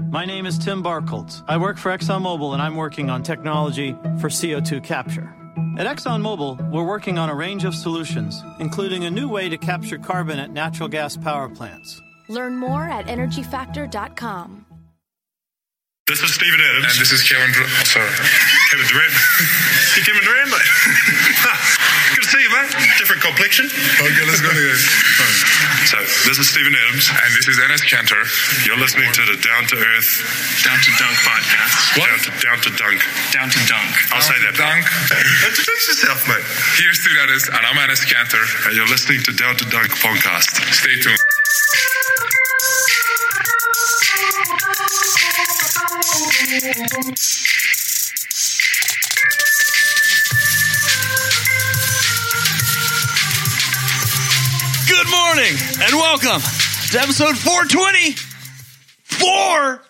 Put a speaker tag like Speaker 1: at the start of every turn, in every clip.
Speaker 1: My name is Tim Barkholz. I work for ExxonMobil and I'm working on technology for CO2 capture. At ExxonMobil, we're working on a range of solutions, including a new way to capture carbon at natural gas power plants.
Speaker 2: Learn more at energyfactor.com.
Speaker 3: This is David Adams.
Speaker 4: And this is Kevin. Dr- oh, sorry,
Speaker 3: Kevin Durant. you Kevin Durant, mate. Good to see you, mate. Different complexion.
Speaker 4: Okay, let's go to this.
Speaker 3: So, this is Stephen Adams.
Speaker 4: And this is Ernest Cantor.
Speaker 3: You're listening to the Down to Earth,
Speaker 5: Down to Dunk podcast.
Speaker 4: What?
Speaker 3: Down to, down to Dunk.
Speaker 5: Down to Dunk.
Speaker 3: I'll say that.
Speaker 4: Dunk.
Speaker 3: Introduce yourself, mate.
Speaker 4: Here's Steve Adams, and I'm Ernest Cantor.
Speaker 3: And you're listening to Down to Dunk podcast.
Speaker 4: Stay tuned.
Speaker 5: Good morning and welcome to episode 424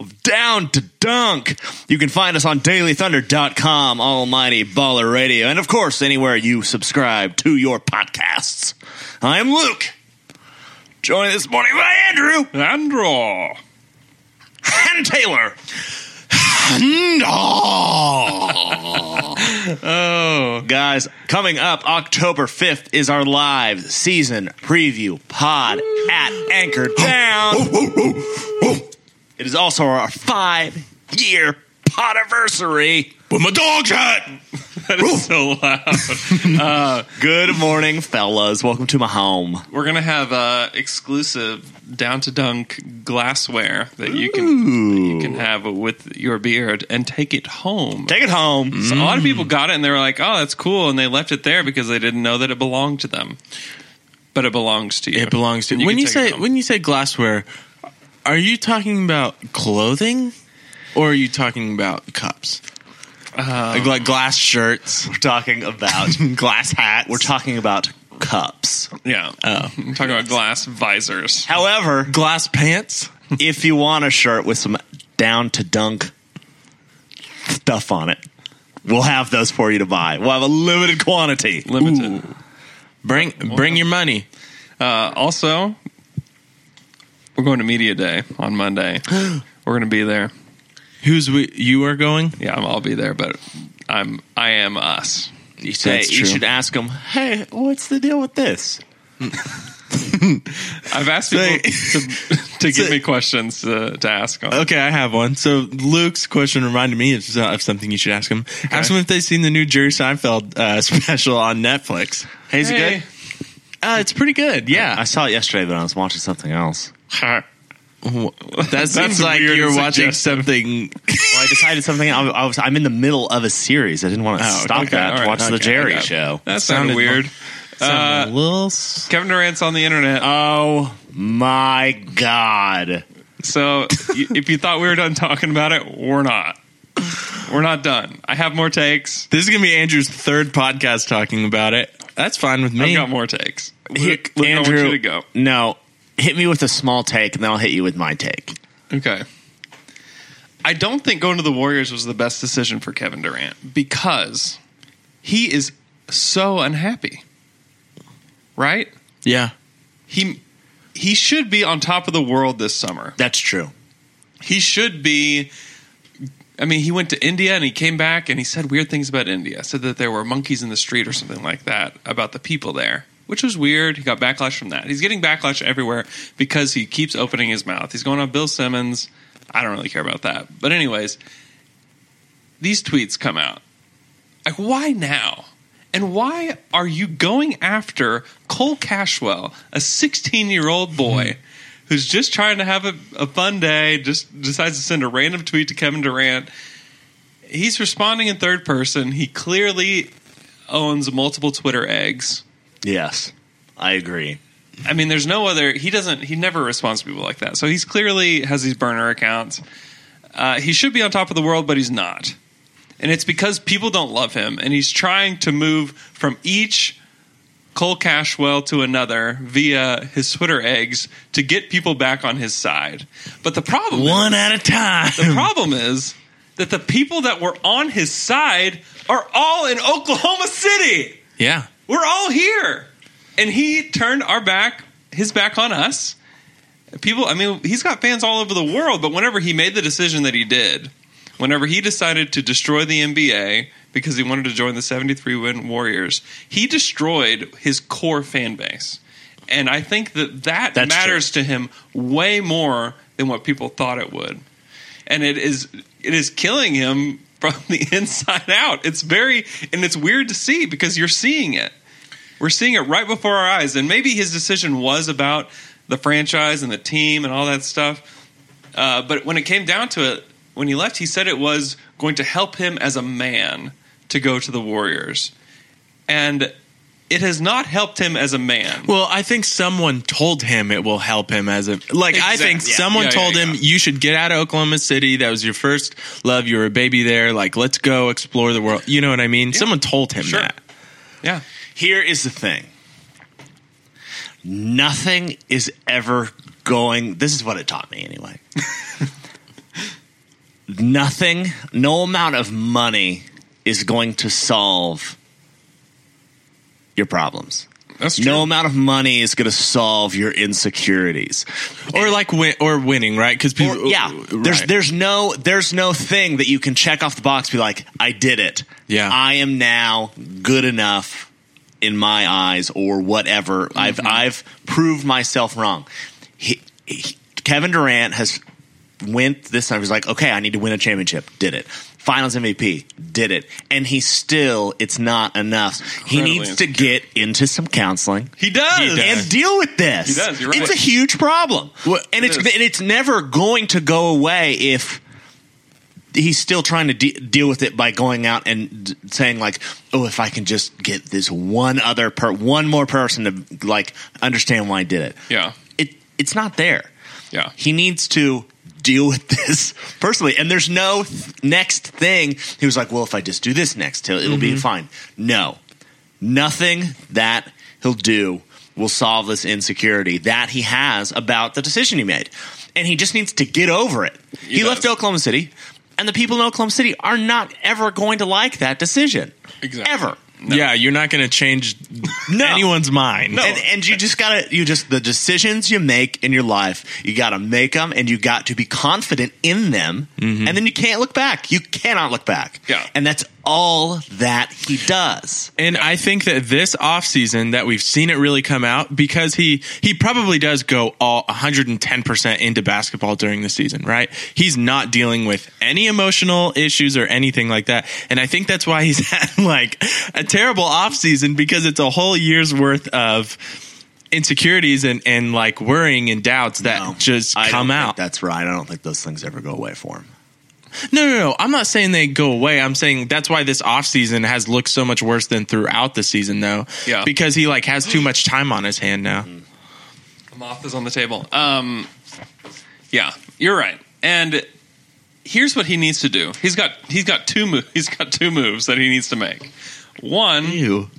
Speaker 5: of Down to Dunk. You can find us on dailythunder.com, Almighty Baller Radio, and of course, anywhere you subscribe to your podcasts. I am Luke, joined this morning by Andrew. Andrew. And Taylor. And Oh, Guys, coming up October 5th is our live season preview pod at Anchor Down. oh, it is also our five year podiversary. With my dog's hat. that is so loud. Uh, good morning, fellas. Welcome to my home.
Speaker 6: We're gonna have uh, exclusive down to dunk glassware that you can that you can have with your beer and take it home.
Speaker 5: Take it home.
Speaker 6: So a lot
Speaker 7: Mm.
Speaker 6: of people got it and they were like, "Oh, that's cool," and they left it there because they didn't know that it belonged to them. But it belongs to you.
Speaker 7: It belongs to
Speaker 6: And
Speaker 7: when
Speaker 6: can
Speaker 7: you
Speaker 6: take it
Speaker 7: say
Speaker 6: home.
Speaker 7: when you say glassware. Are you talking about clothing, or are you talking about cups? like, like glass shirts,
Speaker 5: Uh, We're talking about
Speaker 7: glass hats.
Speaker 5: we're talking about cups.
Speaker 6: yeah.
Speaker 7: Oh.
Speaker 6: I'm talking about glass visors.
Speaker 5: However,
Speaker 7: glass pants.
Speaker 5: if you want a shirt with some down to dunk stuff on it, we'll have those for you to buy. We'll have a limited quantity.
Speaker 6: Limited.
Speaker 7: Bring bring your money.
Speaker 6: Uh, also, we're going to media day on Monday. we're gonna be there.
Speaker 7: Who's we, you are going?
Speaker 6: Yeah, I'll be there, but I'm I am us.
Speaker 5: You, say,
Speaker 7: That's
Speaker 5: you
Speaker 7: true.
Speaker 5: should ask them, hey, what's the deal with this?
Speaker 6: I've asked people to, to give me questions uh, to, to ask on.
Speaker 7: Okay, I have one. So Luke's question reminded me of, of something you should ask him. Ask him if they've seen the new Jerry Seinfeld uh, special on Netflix. Hey, is
Speaker 6: Hey.
Speaker 7: it good? Uh, it's pretty good. Yeah,
Speaker 5: I saw it yesterday, but I was watching something else.
Speaker 7: Uh, that seems like
Speaker 6: weird
Speaker 7: you're watching
Speaker 6: suggestion.
Speaker 7: something.
Speaker 5: Well, I decided something. I, I was, I'm in the middle of a series. I didn't want to stop
Speaker 6: Oh, okay,
Speaker 5: that
Speaker 6: all
Speaker 5: to
Speaker 6: right,
Speaker 5: watch the
Speaker 6: okay, I
Speaker 5: Jerry
Speaker 6: got it.
Speaker 5: show.
Speaker 6: That sounded
Speaker 7: Sounded
Speaker 6: weird.
Speaker 7: Uh, something a little s-
Speaker 6: Kevin Durant's on the internet. uh,
Speaker 5: Oh my God.
Speaker 6: so y- if you thought we were done talking about it, we're not. We're not done. I have more takes.
Speaker 7: This is gonna be Andrew's third podcast talking about it. That's fine with
Speaker 6: I've
Speaker 7: me.
Speaker 6: got more takes. Luke,
Speaker 5: Here-
Speaker 6: Luke, I want
Speaker 5: Andrew,
Speaker 6: you to go.
Speaker 5: No, hit me with a small take, and then I'll hit you with my take.
Speaker 6: Okay. I don't think going to the Warriors was the best decision for Kevin Durant because he is so unhappy. Right?
Speaker 7: Yeah,
Speaker 6: He he should be on top of the world this summer.
Speaker 5: That's true.
Speaker 6: he should be I mean, he went to India and he came back and he said weird things about India. Said that there were monkeys in the street or something like that about the people there, which was weird. He got backlash from that. He's getting backlash everywhere because he keeps opening his mouth. He's going on Bill Simmons. I don't really care about that. But, anyways, these tweets come out. Like, why now? And why are you going after Cole Cashwell, a 16 year old boy who's just trying to have a, a fun day, just decides to send a random tweet to Kevin Durant? He's responding in third person. He clearly owns multiple Twitter eggs.
Speaker 5: Yes, I agree.
Speaker 6: I mean, there's no other. He doesn't. He never responds to people like that. So he's clearly has these burner accounts. Uh, he should be on top of the world, but he's not. And it's because people don't love him, and he's trying to move from each Cole Cashwell to another via his Twitter eggs to get people back on his side. But the problem,
Speaker 7: one at a time.
Speaker 6: the problem is that the people that were on his side are all in Oklahoma City.
Speaker 7: Yeah,
Speaker 6: We're all here. And he turned our back, his back on us. People, I mean, he's got fans all over the world, but whenever he made the decision that he did, whenever he decided to destroy the NBA because he wanted to join the 73 win Warriors, he destroyed his core fan base. And I think that that
Speaker 5: That's
Speaker 6: matters to him way more than what people thought it would. And it is it is killing him from the inside out. It's very and it's weird to see because you're seeing it. We're seeing it right before our eyes. And maybe his decision was about the franchise and the team and all that stuff. Uh, but when it came down to it, when he left, he said it was going to help him as a man to go to the Warriors. And it has not helped him as a man.
Speaker 7: Well, I think someone told him it will help him as a like. I
Speaker 6: Exactly.
Speaker 7: think
Speaker 6: Yeah.
Speaker 7: someone
Speaker 6: Yeah, yeah,
Speaker 7: told him
Speaker 6: yeah.
Speaker 7: you should get out of Oklahoma City. That was your first love. You were a baby there. Like, let's go explore the world. You know what I mean? Someone told him
Speaker 6: Sure.
Speaker 7: that.
Speaker 6: Yeah.
Speaker 5: Here is the thing. Nothing is ever going. This is what it taught me, anyway. Nothing, no amount of money is going to solve your problems.
Speaker 6: That's
Speaker 5: No amount of money is going to solve your insecurities.
Speaker 7: Or like win or winning, right? Because
Speaker 5: Or-
Speaker 7: people, uh,
Speaker 5: yeah, there's
Speaker 7: right.
Speaker 5: there's no there's no thing that you can check off the box. Be like, I did it.
Speaker 7: Yeah.
Speaker 5: I am now good enough in my eyes, or whatever. I've I've proved myself wrong. He, he- Kevin Durant has went this time. He's like, okay, I need to win a championship. Did it. Finals MVP did it, and he still it's not enough. He
Speaker 6: Incredibly
Speaker 5: needs to get into some counseling
Speaker 6: He does.
Speaker 5: and deal with this.
Speaker 6: He does, you're right.
Speaker 5: It's a huge problem, and it's
Speaker 6: it is.
Speaker 5: and it's never going to go away if he's still trying to de- deal with it by going out and d- saying like, "Oh, if I can just get this one other per one more person to like understand why I did it."
Speaker 6: Yeah.
Speaker 5: It it's not there.
Speaker 6: Yeah.
Speaker 5: He needs to deal with this personally, and there's no th- next thing. He was like, "Well, if I just do this next, he'll- it'll be fine." No, nothing that he'll do will solve this insecurity that he has about the decision he made. And he just needs to get over it. He,
Speaker 6: does.
Speaker 5: left Oklahoma City, and the people in Oklahoma City are not ever going to like that decision.
Speaker 6: Exactly.
Speaker 5: Ever.
Speaker 7: yeah, you're not going to change
Speaker 5: No.
Speaker 7: anyone's mind.
Speaker 5: And, and you just gotta, you just, the decisions you make in your life, you gotta make them and you got to be confident in them. And then you can't look back. You cannot look back.
Speaker 6: Yeah.
Speaker 5: And that's all that he does.
Speaker 7: And I think that this offseason that we've seen it really come out because he he probably does go all 110% into basketball during the season, right? He's not dealing with any emotional issues or anything like that. And I think that's why he's had like a terrible offseason because it's a whole year's worth of insecurities and and like worrying and doubts that
Speaker 5: No,
Speaker 7: just
Speaker 5: I don't
Speaker 7: come
Speaker 5: think
Speaker 7: out.
Speaker 5: that's right. I don't think those things ever go away for him.
Speaker 7: No, no, no. I'm not saying they go away. I'm saying that's why this offseason has looked so much worse than throughout the season, though.
Speaker 6: Yeah.
Speaker 7: Because he like has too much time on his hand now.
Speaker 6: Moth is on the table. Um, yeah, you're right. And here's what he needs to do. He's got he's got two mo- he's got two moves that he needs to make. One,
Speaker 5: You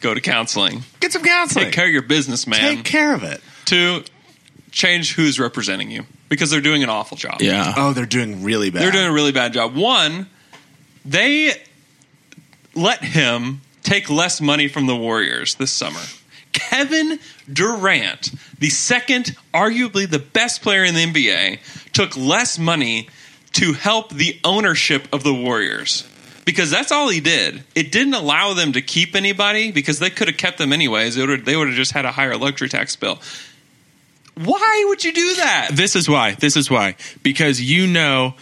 Speaker 6: go to counseling.
Speaker 5: get some counseling.
Speaker 6: Take care of your business, man.
Speaker 5: Take care of it.
Speaker 6: Two, change who's representing you because they're doing an awful job.
Speaker 7: Yeah.
Speaker 5: Oh, they're doing really bad.
Speaker 6: They're doing a really bad job. One, they let him take less money from the Warriors this summer. Kevin Durant, the second, arguably the best player in the NBA, took less money to help the ownership of the Warriors. Because that's all he did. It didn't allow them to keep anybody because they could have kept them anyways. It would've- they would have just had a higher luxury tax bill. Why would you do that?
Speaker 7: This is why. This is why. Because you know,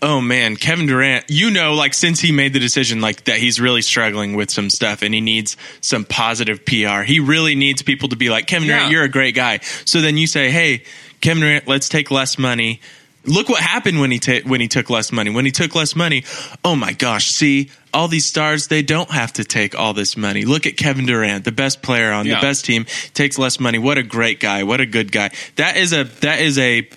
Speaker 7: oh man, Kevin Durant, you know, like since he made the decision, like that he's really struggling with some stuff and he needs some positive PR. He really needs people to be like, Kevin Durant,
Speaker 6: Yeah.
Speaker 7: you're a great guy. So then you say, hey, Kevin Durant, let's take less money. Look what happened when he ta- when he took less money. When he took less money, oh my gosh! See all these stars, they don't have to take all this money. Look at Kevin Durant, the best player on
Speaker 6: Yeah.
Speaker 7: the best team, takes less money. What a great guy! What a good guy! That is a that is a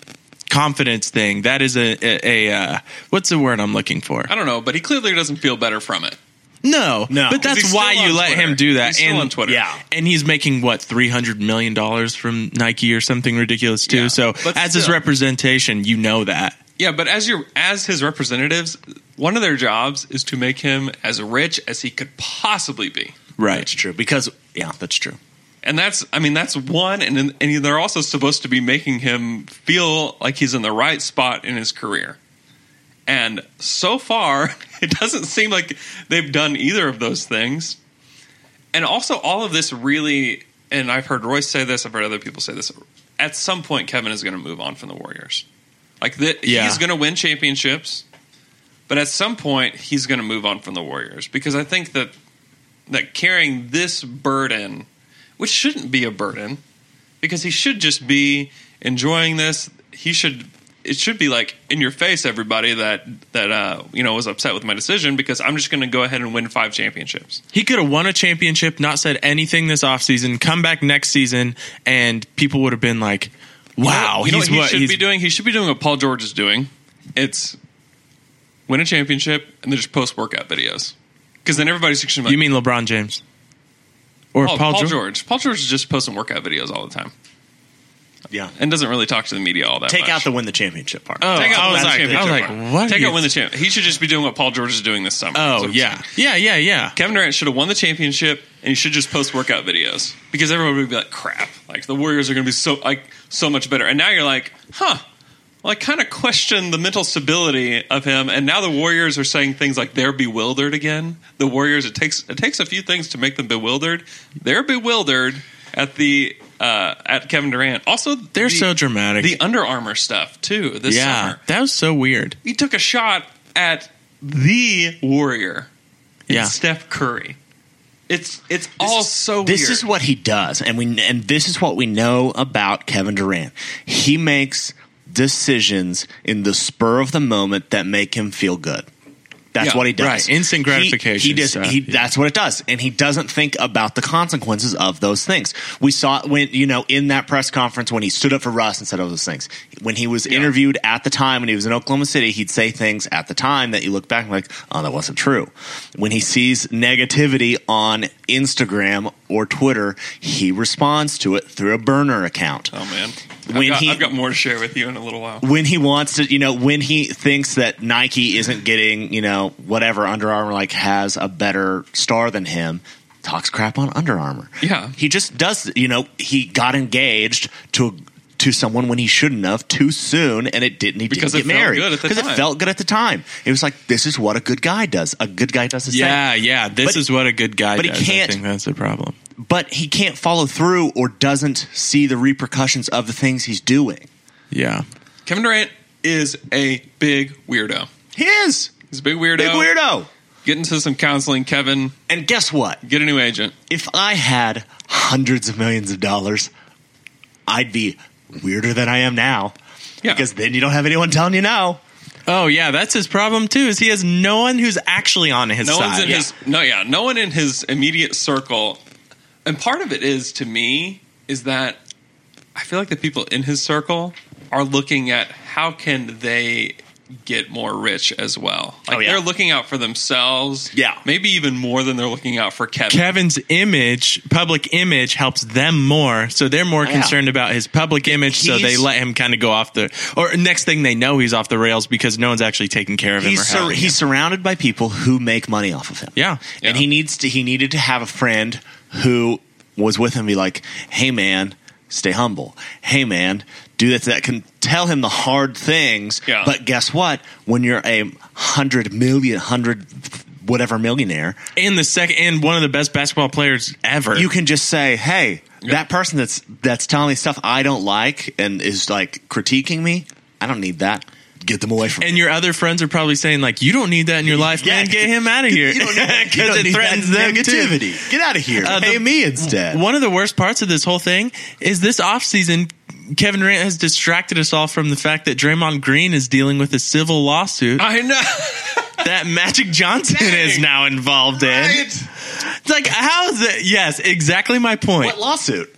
Speaker 7: confidence thing. That is a a, a uh, what's the word I'm looking for?
Speaker 6: I don't know, but he clearly doesn't feel better from it.
Speaker 7: No,
Speaker 5: No.
Speaker 6: He's
Speaker 7: But that's
Speaker 6: still
Speaker 7: why
Speaker 6: on
Speaker 7: you let
Speaker 6: Twitter.
Speaker 7: him do that.
Speaker 6: He's still on Twitter.
Speaker 5: Yeah.
Speaker 7: and he's making what three hundred million dollars from Nike or something ridiculous too.
Speaker 6: Yeah,
Speaker 7: so
Speaker 6: but
Speaker 7: as his
Speaker 6: still.
Speaker 7: representation, you know that.
Speaker 6: Yeah, but as your as his representatives, one of their jobs is to make him as rich as he could possibly be.
Speaker 7: Right.
Speaker 5: That's true. Because, yeah, that's true.
Speaker 6: and that's I mean that's one, and then- and they're also supposed to be making him feel like he's in the right spot in his career. And so far, it doesn't seem like they've done either of those things. And also, all of this really, and I've heard Royce say this, I've heard other people say this. At some point, Kevin is going to move on from the Warriors. Like that,
Speaker 7: Yeah.
Speaker 6: he's going to win championships, but at some point, he's going to move on from the Warriors because I think that that carrying this burden, which shouldn't be a burden, because he should just be enjoying this. He should. It should be like in your face, everybody that that uh, you know was upset with my decision because I'm just going to go ahead and win five championships.
Speaker 7: He could have won a championship, not said anything this offseason, come back next season, and people would have been like, wow,
Speaker 6: you know
Speaker 7: he's
Speaker 6: what he
Speaker 7: what
Speaker 6: should
Speaker 7: he's
Speaker 6: be doing? He should be doing what Paul George is doing. It's win a championship and then just post workout videos because then everybody's just gonna be like,
Speaker 7: You mean LeBron James? Or
Speaker 6: Oh, Paul,
Speaker 7: Paul,
Speaker 6: Paul
Speaker 7: George?
Speaker 6: George? Paul George is just posting workout videos all the time
Speaker 5: Yeah.
Speaker 6: and doesn't really talk to the media all that.
Speaker 5: Take
Speaker 6: much.
Speaker 5: out the win the championship part.
Speaker 7: Oh,
Speaker 6: Take out
Speaker 7: I
Speaker 6: win
Speaker 7: was
Speaker 6: the
Speaker 7: like, I was
Speaker 6: championship
Speaker 7: like,
Speaker 6: part.
Speaker 7: what?
Speaker 6: Take out
Speaker 7: is-
Speaker 6: win the champ. He should just be doing what Paul George is doing this summer. That's
Speaker 7: Oh,
Speaker 6: what I'm
Speaker 7: yeah.
Speaker 6: saying.
Speaker 7: Yeah, yeah, yeah.
Speaker 6: Kevin Durant should have won the championship, and he should just post workout videos because everyone would be like, "Crap!" Like the Warriors are going to be so like so much better. And now you're like, "Huh." Well, I kind of question the mental stability of him, and now the Warriors are saying things like they're bewildered again. The Warriors it takes it takes a few things to make them bewildered. They're bewildered at the uh, at Kevin Durant. Also,
Speaker 7: They're
Speaker 6: the-
Speaker 7: so dramatic.
Speaker 6: The Under Armour stuff too. This
Speaker 7: yeah,
Speaker 6: summer,
Speaker 7: that was so weird.
Speaker 6: he took a shot at the Warrior
Speaker 7: Yeah.
Speaker 6: Steph Curry. It's it's all so
Speaker 5: this
Speaker 6: weird.
Speaker 5: is what he does and we and this is what we know about Kevin Durant. He makes decisions in the spur of the moment that make him feel good. That's
Speaker 6: Yeah,
Speaker 5: what he does.
Speaker 7: right. Instant gratification
Speaker 5: He, he just
Speaker 7: stuff,
Speaker 5: he
Speaker 7: yeah.
Speaker 5: that's what it does and he doesn't think about the consequences of those things. We saw it when you know in that press conference when he stood up for Russ and said all those things. When he was interviewed at the time when he was in Oklahoma City, he'd say things at the time that you look back and like, "Oh, that wasn't true." When he sees negativity on Instagram or Twitter, he responds to it through a burner account.
Speaker 6: oh man, I've
Speaker 5: When
Speaker 6: got,
Speaker 5: he-
Speaker 6: I've got more to share with you in a little while.
Speaker 5: When he wants to, you know, when he thinks that Nike isn't getting, you know, whatever Under Armour like has a better star than him, talks crap on Under Armour.
Speaker 6: Yeah.
Speaker 5: He just does, you know, he got engaged to to someone when he shouldn't have too soon and it didn't he
Speaker 6: Because
Speaker 5: didn't
Speaker 6: it
Speaker 5: get
Speaker 6: felt
Speaker 5: married
Speaker 6: good at the
Speaker 5: because it
Speaker 6: time.
Speaker 5: felt good at the time. It was like this is what a good guy does. A good guy does the same
Speaker 7: Yeah, yeah. This
Speaker 5: But-
Speaker 7: is what a good guy
Speaker 5: but he
Speaker 7: does.
Speaker 5: can't-
Speaker 7: I think that's the problem.
Speaker 5: but he can't follow through or doesn't see the repercussions of the things he's doing.
Speaker 7: Yeah.
Speaker 6: Kevin Durant is a big weirdo.
Speaker 5: He is
Speaker 6: He's a big weirdo.
Speaker 5: big weirdo.
Speaker 6: Get into some counseling, Kevin.
Speaker 5: And guess what?
Speaker 6: Get a new agent.
Speaker 5: If I had hundreds of millions of dollars, I'd be weirder than I am now.
Speaker 6: Yeah.
Speaker 5: Because then you don't have anyone telling you no.
Speaker 7: Oh, yeah. That's his problem, too, is he has no one who's actually on his
Speaker 6: No
Speaker 7: side.
Speaker 6: one's in
Speaker 7: Yeah.
Speaker 6: his no, yeah, no one in his immediate circle. And part of it is to me is that I feel like the people in his circle are looking at how can they get more rich as well. Like
Speaker 5: Oh, yeah.
Speaker 6: they're looking out for themselves.
Speaker 5: Yeah.
Speaker 6: maybe even more than they're looking out for Kevin.
Speaker 7: Kevin's image, public image, helps them more, so they're more
Speaker 5: Yeah.
Speaker 7: concerned about his public image. so they
Speaker 5: He's-
Speaker 7: let him kind of go off the. Or next thing they know, he's off the rails because no one's actually taking care of him. or
Speaker 5: He's, sur-
Speaker 7: helping
Speaker 5: he's
Speaker 7: him.
Speaker 5: surrounded by people who make money off of him.
Speaker 7: Yeah.
Speaker 5: And
Speaker 6: Yeah.
Speaker 5: he needs to he needed to have a friend who was with him and be like, "Hey man, stay humble. Hey man, do this that can tell him the hard things."
Speaker 6: Yeah.
Speaker 5: But guess what? When you're a 100 million 100 whatever millionaire,
Speaker 7: and the second and one of the best basketball players ever.
Speaker 5: you can just say, "Hey, that person that's that's telling me stuff I don't like and is like critiquing me, I don't need that. Get them away from me."
Speaker 7: and your other friends are probably saying like, "You don't need that in your life,
Speaker 5: Yeah.
Speaker 7: man. Get him out of here
Speaker 5: You don't need- you
Speaker 7: because
Speaker 5: don't
Speaker 7: it
Speaker 5: need
Speaker 7: threatens
Speaker 5: that
Speaker 7: them too."
Speaker 5: negativity. Get out of here.
Speaker 7: Uh,
Speaker 5: Pay
Speaker 7: the-
Speaker 5: me instead.
Speaker 7: One of the worst parts of this whole thing is this offseason, Kevin Durant has distracted us all from the fact that Draymond Green is dealing with a civil lawsuit
Speaker 6: I know.
Speaker 7: that Magic Johnson is now involved in. It's like, how's it? Yes, exactly my point.
Speaker 5: what lawsuit?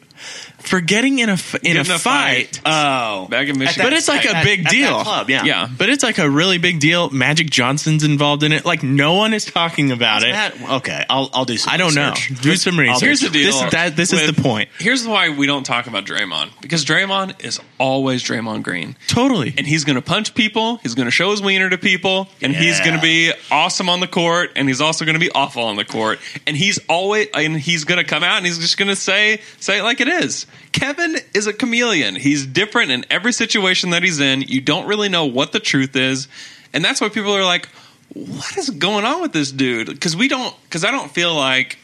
Speaker 7: for getting in a f- in, a,
Speaker 6: Getting a
Speaker 7: fight.
Speaker 6: fight.
Speaker 7: uh,
Speaker 5: Oh,
Speaker 6: Back in Michigan.
Speaker 7: But it's like a
Speaker 5: At-
Speaker 7: big
Speaker 5: at that
Speaker 7: deal.
Speaker 5: club, yeah.
Speaker 6: yeah.
Speaker 7: But it's like a really big deal. Magic Johnson's involved in it. Like no one is talking about it.
Speaker 5: That- okay, I'll I'll do some.
Speaker 7: I don't know.
Speaker 5: research.
Speaker 7: Do some research.
Speaker 6: Here's the deal.
Speaker 7: This, that, this is
Speaker 6: with-
Speaker 7: the point.
Speaker 6: Here's why we don't talk about Draymond because Draymond is always Draymond Green.
Speaker 7: Totally.
Speaker 6: And he's going to punch people. He's going to show his wiener to people, and he's
Speaker 5: Yeah.
Speaker 6: going to be awesome on the court, and he's also going to be awful on the court. And he's always, and he's going to come out, and he's just going to say, say it like it is. Kevin is a chameleon. He's different in every situation that he's in. You don't really know what the truth is, and that's why people are like, "What is going on with this dude?" Because we don't, because I don't feel like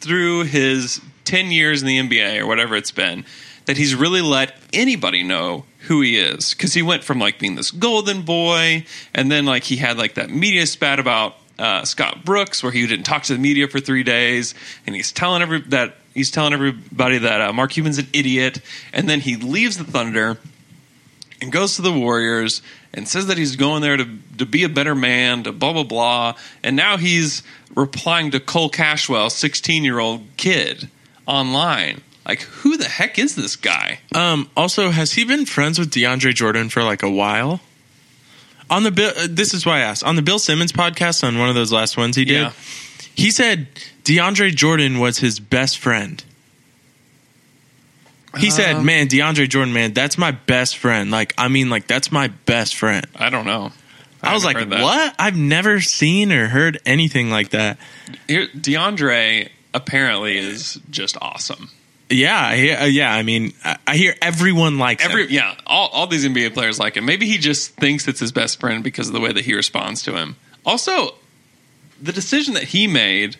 Speaker 6: through his 10 years in the NBA or whatever it's been that he's really let anybody know who he is because he went from like being this golden boy and then like he had like that media spat about uh, Scott Brooks where he didn't talk to the media for three days and he's telling every that he's telling everybody that uh, Mark Cuban's an idiot and then he leaves the Thunder and goes to the Warriors and says that he's going there to to be a better man, to blah blah blah. And now he's replying to Cole Cashwell, sixteen year old kid, online. Like, who the heck is this guy?
Speaker 7: Um, also, has he been friends with DeAndre Jordan for like a while? On the Bill, uh, this is why I asked. On the Bill Simmons podcast, on one of those last ones he did,
Speaker 6: Yeah.
Speaker 7: he said DeAndre Jordan was his best friend. He
Speaker 6: Um,
Speaker 7: said, "Man, DeAndre Jordan, man, that's my best friend. Like, I mean, like that's my best friend."
Speaker 6: I don't know.
Speaker 7: I, was like,
Speaker 6: haven't heard that.
Speaker 7: "What? I've never seen or heard anything like that."
Speaker 6: Here, DeAndre apparently is just awesome.
Speaker 7: Yeah, I hear- uh, yeah. I mean, I, I hear everyone likes him.
Speaker 6: Every yeah, all, all these NBA players like him. Maybe he just thinks it's his best friend because of the way that he responds to him. Also, the decision that he made,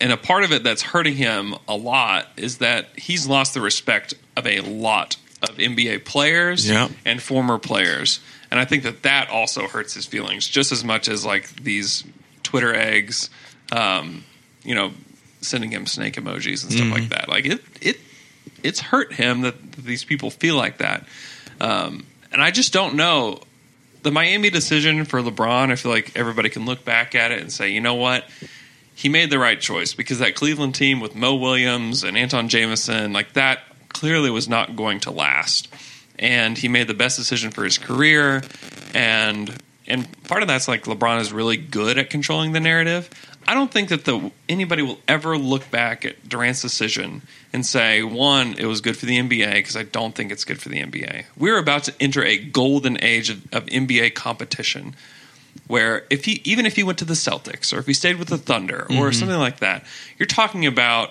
Speaker 6: and a part of it that's hurting him a lot, is that he's lost the respect of a lot of NBA players
Speaker 7: Yeah.
Speaker 6: and former players, and I think that that also hurts his feelings just as much as like these Twitter eggs, um, you know, sending him snake emojis and stuff like that. Like it, it it's hurt him that these people feel like that. Um, and I just don't know. The Miami decision for LeBron, I feel like everybody can look back at it and say, you know what? He made the right choice because that Cleveland team with Mo Williams and Anton Jameson, like that clearly was not going to last. And he made the best decision for his career. And and part of that's like LeBron is really good at controlling the narrative. I don't think that the anybody will ever look back at Durant's decision and say, one, it was good for the NBA because I don't think it's good for the NBA. We're about to enter a golden age of, of NBA competition where if he even if he went to the Celtics or if he stayed with the Thunder or something like that, you're talking about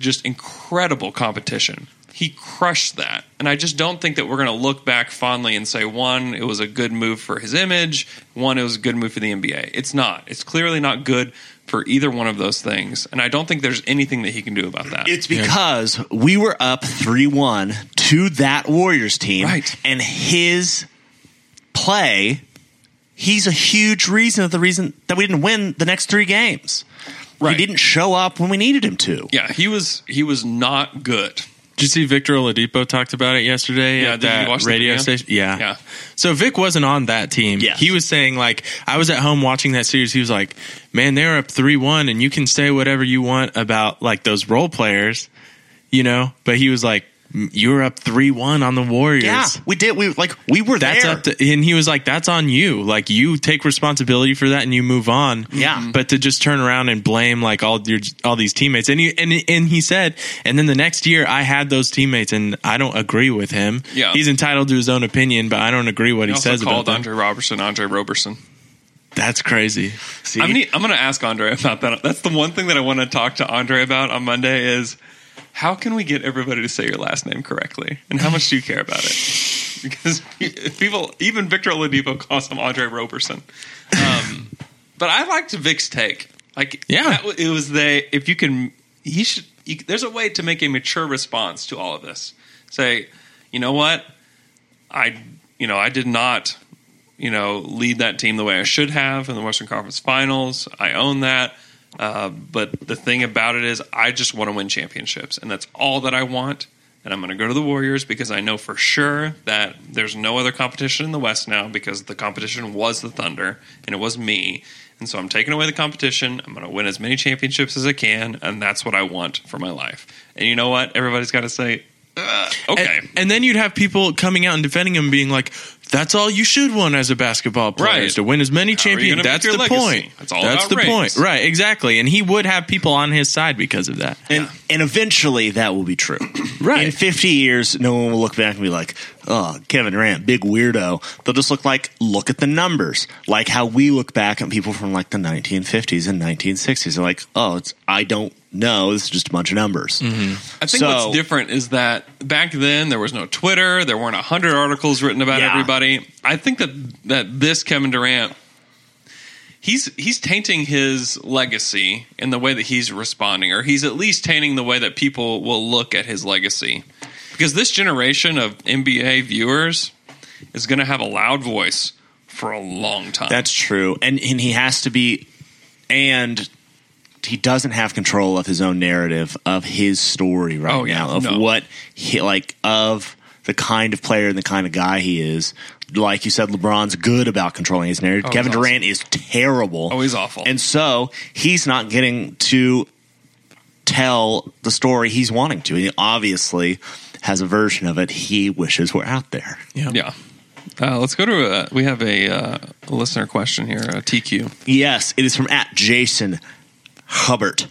Speaker 6: just incredible competition. He crushed that. And I just don't think that we're going to look back fondly and say, one, it was a good move for his image, one, it was a good move for the NBA. It's not. It's clearly not good for either one of those things. And I don't think there's anything that he can do about that.
Speaker 5: It's because we were up 3 1 to that Warriors team.
Speaker 6: Right.
Speaker 5: And his play, he's a huge reason of the reason that we didn't win the next three games.
Speaker 6: Right.
Speaker 5: He didn't show up when we needed him to.
Speaker 6: yeah, he was he was not good.
Speaker 7: Did you see Victor Oladipo talked about it yesterday
Speaker 6: Yeah,
Speaker 7: at
Speaker 6: did you
Speaker 7: that
Speaker 6: watch the
Speaker 7: radio
Speaker 6: video?
Speaker 7: station? Yeah.
Speaker 6: Yeah.
Speaker 7: So Vic wasn't on that team.
Speaker 5: Yes.
Speaker 7: He was saying like I was at home watching that series. He was like, "Man, they're up three one, and you can say whatever you want about like those role players, you know." But he was like, "M- "You were up three one on the Warriors."
Speaker 5: Yeah, we did. We like we were
Speaker 7: That's
Speaker 5: there.
Speaker 7: up to, and he was like, "That's on you. Like you take responsibility for that, and you move on."
Speaker 5: Yeah.
Speaker 7: But to just turn around and blame like all your all these teammates, and he and and he said, and then the next year I had those teammates, and I don't agree with him.
Speaker 6: Yeah.
Speaker 7: He's entitled to his own opinion, but I don't agree what
Speaker 6: He
Speaker 7: he,
Speaker 6: also
Speaker 7: says about
Speaker 6: called
Speaker 7: them.
Speaker 6: Andre Robertson, Andre Roberson.
Speaker 7: That's crazy.
Speaker 5: See?
Speaker 6: I'm, gonna- I'm going to ask Andre about that. That's the one thing that I want to talk to Andre about on Monday is how can we get everybody to say your last name correctly, and how much do you care about it? Because people, even Victor Oladipo calls him Andre Roberson. Um, but I liked Vic's take. Like,
Speaker 7: Yeah.
Speaker 6: that, wa- it was they. If you can, he should. You, there's a way to make a mature response to all of this. Say, you know what, I, you know, I did not you know, lead that team the way I should have in the Western Conference Finals. I own that. Uh, but the thing about it is, I just want to win championships, and that's all that I want. And I'm going to go to the Warriors because I know for sure that there's no other competition in the West now because the competition was the Thunder and it was me. And so I'm taking away the competition. I'm going to win as many championships as I can, and that's what I want for my life. And you know what? Everybody's got to say Uh, Okay.
Speaker 7: And, and then you'd have people coming out and defending him, being like, "That's all you should want as a basketball player
Speaker 6: Right.
Speaker 7: is to win as
Speaker 6: are
Speaker 7: many
Speaker 6: you
Speaker 7: champions."
Speaker 6: gonna make
Speaker 7: That's
Speaker 6: your
Speaker 7: the
Speaker 6: legacy?
Speaker 7: point.
Speaker 6: It's all
Speaker 7: That's
Speaker 6: about
Speaker 7: the
Speaker 6: rings.
Speaker 7: point. Right? Exactly. And he would have people on his side because of that.
Speaker 5: And and eventually that will be true.
Speaker 7: Right.
Speaker 5: In 50 years, no one will look back and be like, oh, Kevin Durant, big weirdo. They'll just look like, look at the numbers. Like how we look back at people from like the 1950s and 1960s. They're like, oh, it's I don't know. This is just a bunch of numbers.
Speaker 6: I think
Speaker 5: So-
Speaker 6: what's different is that back then there was no Twitter, there weren't a hundred articles written about
Speaker 5: Yeah.
Speaker 6: everybody. I think that that this Kevin Durant, he's he's tainting his legacy in the way that he's responding, or he's at least tainting the way that people will look at his legacy, because this generation of NBA viewers is going to have a loud voice for a long time.
Speaker 5: That's true. And and he has to be and he doesn't have control of his own narrative of his story right
Speaker 6: Oh, yeah.
Speaker 5: now of
Speaker 6: No.
Speaker 5: what he like of the kind of player and the kind of guy he is. Like you said, LeBron's good about controlling his narrative.
Speaker 6: Oh, he's
Speaker 5: Kevin
Speaker 6: awesome.
Speaker 5: Durant is terrible.
Speaker 6: Oh, he's awful.
Speaker 5: And so he's not getting to tell the story he's wanting to. He obviously has a version of it he wishes were out there.
Speaker 6: yeah. Uh, let's go to uh, we have a uh, listener question here, a TQ.
Speaker 5: Yes, it is from at Jason Hubbard,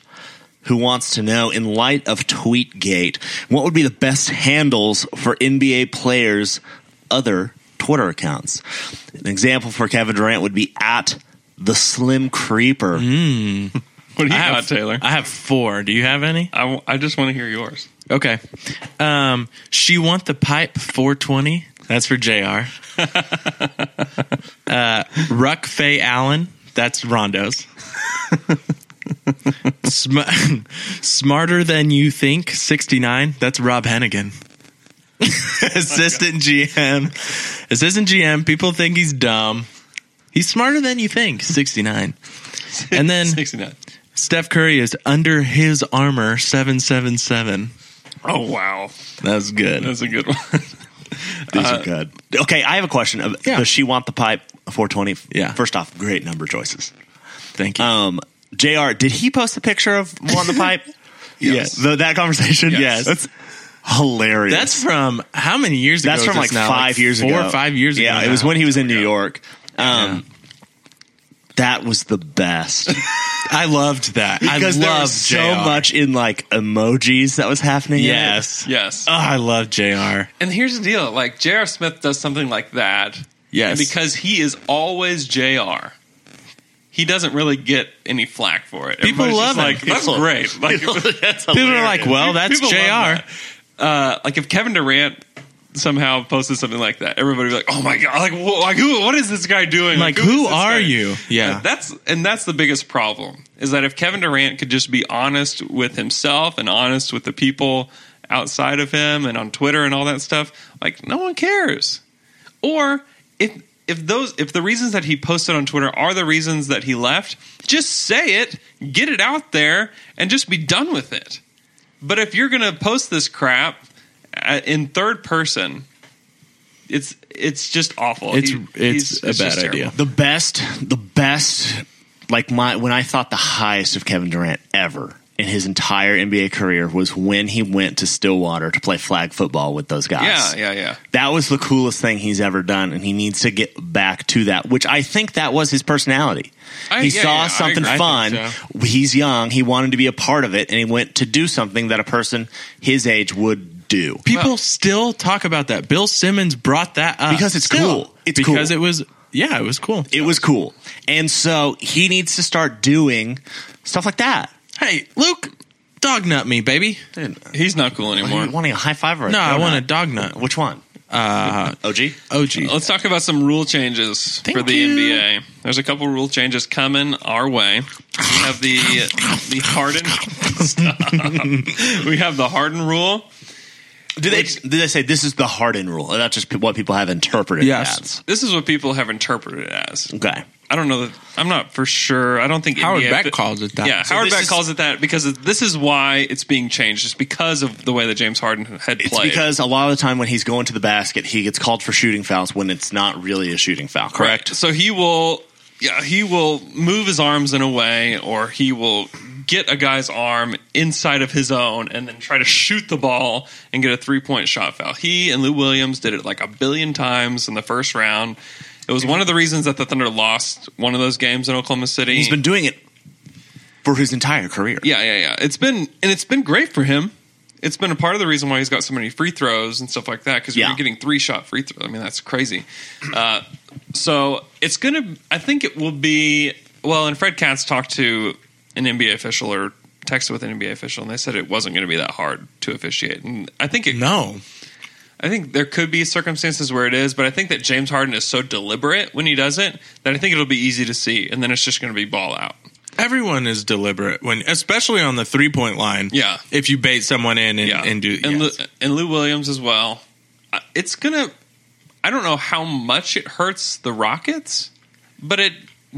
Speaker 5: who wants to know, in light of Tweetgate, what would be the best handles for NBA players other Twitter accounts? An example for Kevin Durant would be at the Slim Creeper.
Speaker 7: Mm-hmm.
Speaker 6: What do you
Speaker 7: I
Speaker 6: got,
Speaker 7: have
Speaker 6: Taylor?
Speaker 7: I have four. Do you have any?
Speaker 6: I, w- I just want to hear yours.
Speaker 7: Okay. Um, she want the pipe 420. That's for JR. uh, Ruck Faye Allen. That's Rondo's. Sm- Smarter than you think 69. That's Rob Hennigan. Assistant GM. Assistant GM. People think he's dumb. He's smarter than you think 69. And then
Speaker 6: 69.
Speaker 7: Steph Curry is under his armor 777.
Speaker 6: Oh wow,
Speaker 5: That's good.
Speaker 6: that's a good one.
Speaker 5: These are good. Okay, I have a question. Of-
Speaker 7: Uh, Yeah.
Speaker 5: Does she want the pipe 420?
Speaker 7: Yeah.
Speaker 5: First off, great number choices.
Speaker 7: Thank you.
Speaker 5: Um, JR, did he post a picture of want the pipe?
Speaker 6: Yes.
Speaker 5: The- that conversation?
Speaker 6: Yes.
Speaker 5: That's hilarious.
Speaker 7: That's from how many years ago?
Speaker 5: That's
Speaker 7: is
Speaker 5: from like
Speaker 7: this now?
Speaker 5: five years
Speaker 7: four
Speaker 5: ago.
Speaker 7: or five years ago.
Speaker 5: Yeah, it was
Speaker 7: now.
Speaker 5: when he was in New York. Um, That was the best
Speaker 7: I loved that.
Speaker 5: because
Speaker 7: I
Speaker 5: there
Speaker 7: loved
Speaker 5: was so
Speaker 7: JR.
Speaker 5: much in like emojis that was happening. in it.
Speaker 7: Yes.
Speaker 6: Yes.
Speaker 7: Oh, I love Jr.
Speaker 6: Uh, and here's the deal: like J.R. Smith does something like that.
Speaker 7: Yes.
Speaker 6: because he is always J.R. He doesn't really get any flack for it.
Speaker 7: People
Speaker 6: Everybody's just
Speaker 7: love him.
Speaker 6: like that's
Speaker 5: People-
Speaker 6: great. Like,
Speaker 5: That's
Speaker 7: People are like,
Speaker 5: hilarious.
Speaker 7: well, that's
Speaker 6: people
Speaker 7: Jr.
Speaker 6: love that. Uh, like if Kevin Durant somehow posted something like that, everybody would be like, "Oh my god! Like, wh- like who? What is this guy doing?
Speaker 7: Like,
Speaker 6: is
Speaker 7: who
Speaker 6: this
Speaker 7: are
Speaker 6: guy?"
Speaker 7: you? Yeah.
Speaker 6: And that's and that's the biggest problem is that if Kevin Durant could just be honest with himself and honest with the people outside of him and on Twitter and all that stuff, like no one cares. Or if if those if the reasons that he posted on Twitter are the reasons that he left, just say it, get it out there, and just be done with it. But if you're going to post this crap uh, in third person, it's it's just awful.
Speaker 7: It's-
Speaker 6: He-
Speaker 7: it's
Speaker 6: he's-
Speaker 7: a
Speaker 6: just
Speaker 7: bad idea.
Speaker 6: terrible.
Speaker 5: the best, the best. Like my when I thought the highest of Kevin Durant ever in his entire NBA career was when he went to Stillwater to play flag football with those guys.
Speaker 6: Yeah, yeah, yeah.
Speaker 5: That was the coolest thing he's ever done, and he needs to get back to that, which I think that was his personality.
Speaker 6: I-
Speaker 5: he
Speaker 6: yeah,
Speaker 5: saw
Speaker 6: yeah, I
Speaker 5: something
Speaker 6: agree. I
Speaker 5: fun.
Speaker 6: think
Speaker 5: He's young. He wanted to be a part of it, and he went to do something that a person his age would do.
Speaker 7: People
Speaker 6: Well-
Speaker 7: still talk about that. Bill Simmons brought that up
Speaker 5: Because it's
Speaker 7: Still.
Speaker 5: cool. It's
Speaker 7: because
Speaker 5: cool.
Speaker 7: it was. Yeah, it was cool.
Speaker 5: It was cool. And so he needs to start doing stuff like that.
Speaker 7: hey, Luke, dog nut me, baby.
Speaker 6: He's not cool anymore.
Speaker 5: Wanting a high five or a
Speaker 7: No, I
Speaker 5: donut?
Speaker 7: want a dog nut.
Speaker 5: Which one? Uh, OG?
Speaker 7: OG.
Speaker 6: Let's talk about some rule changes for the
Speaker 7: you.
Speaker 6: NBA. There's a couple rule changes coming our way. We have the the Harden. Stop. We have the Harden rule.
Speaker 5: Do they, do they say this is the Harden rule? And That's just pe- what people have interpreted
Speaker 7: Yes.
Speaker 6: This is what people have interpreted it as.
Speaker 5: it as. Okay.
Speaker 6: I don't know. That, I'm not for sure. I don't think
Speaker 7: Howard
Speaker 6: NBA
Speaker 7: Beck calls it that.
Speaker 6: Yeah,
Speaker 7: So
Speaker 6: Howard
Speaker 5: this
Speaker 6: Beck
Speaker 5: is-
Speaker 6: calls it that because it- this is why it's being changed. It's because of the way that James Harden had
Speaker 5: It's
Speaker 6: played.
Speaker 5: because a lot of the time when he's going to the basket, he gets called for shooting fouls when it's not really a shooting foul. Correct.
Speaker 6: So he will, yeah, he will move his arms in a way, or he will get a guy's arm inside of his own and then try to shoot the ball and get a three point shot foul. He and Lou Williams did it like a billion times in the first round. It was one of the reasons that the Thunder lost one of those games in Oklahoma City.
Speaker 5: He's been doing it for his entire career.
Speaker 6: Yeah, yeah, yeah. It's been and it's been great for him. It's been a part of the reason why he's got so many free throws and stuff like that because
Speaker 5: Yeah.
Speaker 6: we're getting three shot free throw. I mean, that's crazy. Uh, so it's gonna. I think it will be. Well, and Fred Katz talked to an NBA official or texted with an NBA official, and they said it wasn't going to be that hard to officiate. And I think it
Speaker 7: No.
Speaker 6: I think there could be circumstances where it is, but I think that James Harden is so deliberate when he does it that I think it'll be easy to see, and then it's just going to be ball out.
Speaker 7: Everyone is deliberate when, especially on the three point line.
Speaker 6: Yeah.
Speaker 7: If you bait someone in and,
Speaker 6: yeah,
Speaker 7: and do,
Speaker 6: and,
Speaker 7: yes.
Speaker 6: Lou, and Lou Williams as well. Uh, It's gonna. I don't know how much it hurts the Rockets, but it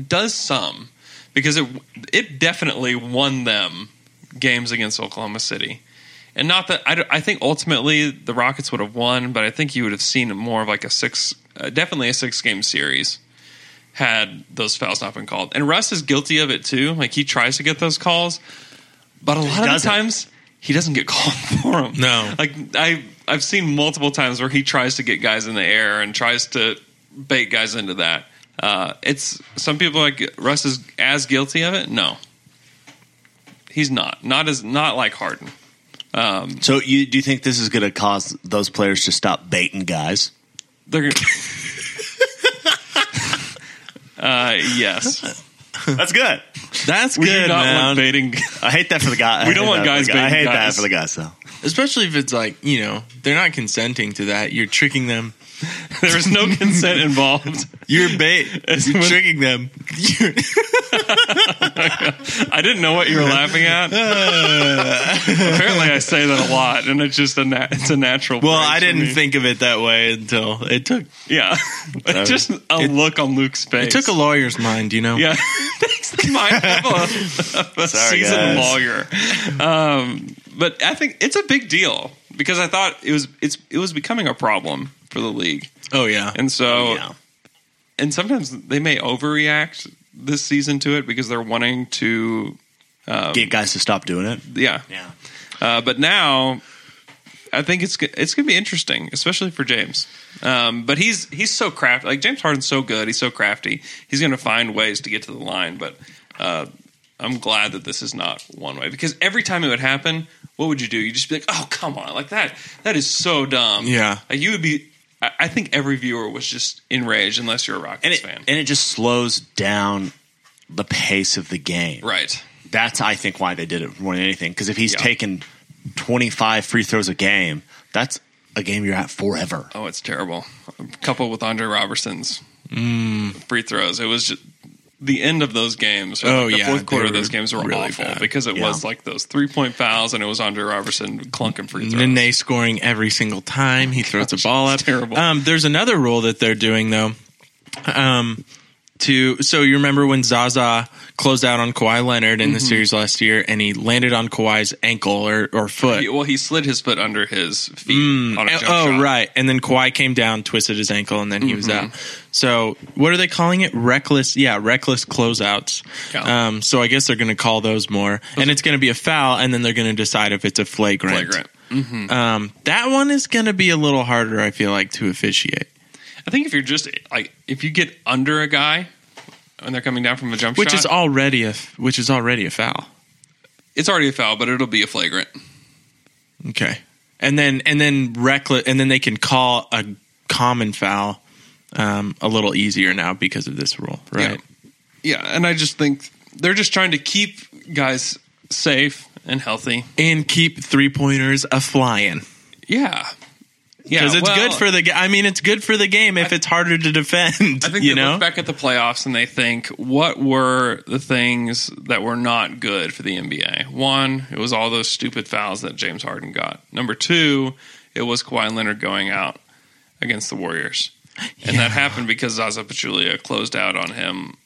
Speaker 6: does some because it it definitely won them games against Oklahoma City. And not that I, don't- I think ultimately the Rockets would have won, but I think you would have seen more of like a six, uh, definitely a six game series had those fouls not been called. And Russ is guilty of it too. Like he tries to get those calls, but a lot of the
Speaker 5: doesn't.
Speaker 6: times he doesn't get called for them.
Speaker 7: No.
Speaker 6: like I I've seen multiple times where he tries to get guys in the air and tries to bait guys into that. Uh, it's some people are like Russ is as guilty of it. No, he's not. Not as not like Harden.
Speaker 5: So you do you think this is going to cause those players to stop baiting guys?
Speaker 6: They're gonna. Uh, yes,
Speaker 5: That's good.
Speaker 7: that's
Speaker 6: we
Speaker 7: good,
Speaker 6: do not
Speaker 7: man.
Speaker 6: want baiting.
Speaker 5: I hate that for the guy. I
Speaker 6: We don't
Speaker 5: hate
Speaker 6: want
Speaker 5: that for
Speaker 6: guys
Speaker 5: the guy. I
Speaker 6: baiting
Speaker 5: hate that
Speaker 6: guys.
Speaker 5: for the guys though.
Speaker 7: especially if it's like you know they're not consenting to that. You're tricking them.
Speaker 6: There is no consent involved.
Speaker 7: You're bait.
Speaker 6: It's
Speaker 7: You're
Speaker 6: when-
Speaker 7: tricking them. You're-
Speaker 6: I didn't know what you were laughing at. Apparently, I say that a lot, and it's just a na- it's a natural.
Speaker 7: well,
Speaker 6: break
Speaker 7: I
Speaker 6: for
Speaker 7: didn't
Speaker 6: me.
Speaker 7: think of it that way until it took
Speaker 6: Yeah, just a look on Luke's face.
Speaker 7: it took a lawyer's mind. You know.
Speaker 6: Yeah, thanks to my of a, of a
Speaker 5: Sorry,
Speaker 6: seasoned
Speaker 5: guys.
Speaker 6: lawyer. Um, but I think it's a big deal because I thought it was it's it was becoming a problem for the league,
Speaker 7: Oh yeah.
Speaker 6: and so
Speaker 5: Yeah.
Speaker 6: and sometimes they may overreact this season to it because they're wanting to
Speaker 5: Get guys to stop doing it.
Speaker 6: Um, yeah
Speaker 5: Yeah.
Speaker 6: Uh, but now, I think it's go- it's going to be interesting, especially for James. Um, but he's he's so crafty. Like James Harden's so good. He's so crafty. He's going to find ways to get to the line. But uh, I'm glad that this is not one way because every time it would happen, what would you do? You would just be like, oh come on, like that. That is so dumb.
Speaker 7: Yeah.
Speaker 6: Like, you would be. I I think every viewer was just enraged, unless you're a Rockets
Speaker 5: And it,
Speaker 6: fan,
Speaker 5: and it just slows down the pace of the game.
Speaker 6: right?
Speaker 5: That's I think why they did it more than anything. Because if he's
Speaker 6: Yeah.
Speaker 5: taking twenty five free throws a game, that's a game you're at forever.
Speaker 6: Oh, it's terrible. Coupled with Andre Robertson's free throws, it was just the end of those games. or
Speaker 7: Oh,
Speaker 6: the
Speaker 7: yeah,
Speaker 6: fourth quarter of
Speaker 7: they
Speaker 6: those
Speaker 7: were
Speaker 6: games were
Speaker 7: really
Speaker 6: awful
Speaker 7: bad.
Speaker 6: because it
Speaker 5: Yeah.
Speaker 6: was like those three point fouls, and it was Andre Robertson clunking free throws.
Speaker 7: Nene scoring every single time he throws a ball up.
Speaker 6: it's terrible.
Speaker 7: Um, there's another rule that they're doing though. Um, to so you remember when Zaza closed out on Kawhi Leonard in the
Speaker 6: Mm-hmm.
Speaker 7: series last year, and he landed on Kawhi's ankle or, or foot.
Speaker 6: He- well, he slid his foot under his feet on a
Speaker 7: Oh,
Speaker 6: jump shot. Mm-hmm.
Speaker 7: right. And then Kawhi came down, twisted his ankle, and then he was out. So what are they calling it? Reckless, yeah, reckless closeouts.
Speaker 6: Yeah.
Speaker 7: Um, so I guess they're going to call those more, and it's going to be a foul, and then they're going to decide if it's a flagrant.
Speaker 6: Flagrant.
Speaker 7: Um, that one is going to be a little harder, I feel like, to officiate.
Speaker 6: I think if you're just like if you get under a guy and they're coming down from a jump
Speaker 7: Which
Speaker 6: shot,
Speaker 7: is already a f- which is already a foul.
Speaker 6: it's already a foul, but it'll be a flagrant.
Speaker 7: Okay, and then and then reckless, and then they can call a common foul um, a little easier now because of this rule, right?
Speaker 6: Yeah, and I just think they're just trying to keep guys safe and healthy.
Speaker 7: And keep three pointers a flying
Speaker 6: Yeah. Yeah,
Speaker 7: because it's
Speaker 6: well,
Speaker 7: good for the. ga- I mean, it's good for the game if it's harder to defend.
Speaker 6: I think
Speaker 7: you
Speaker 6: they
Speaker 7: know.
Speaker 6: look back at the playoffs and they think, what were the things that were not good for the NBA? One, it was all those stupid fouls that James Harden got. Number two, it was Kawhi Leonard going out against the Warriors, and that happened because Zaza Pachulia closed out on him.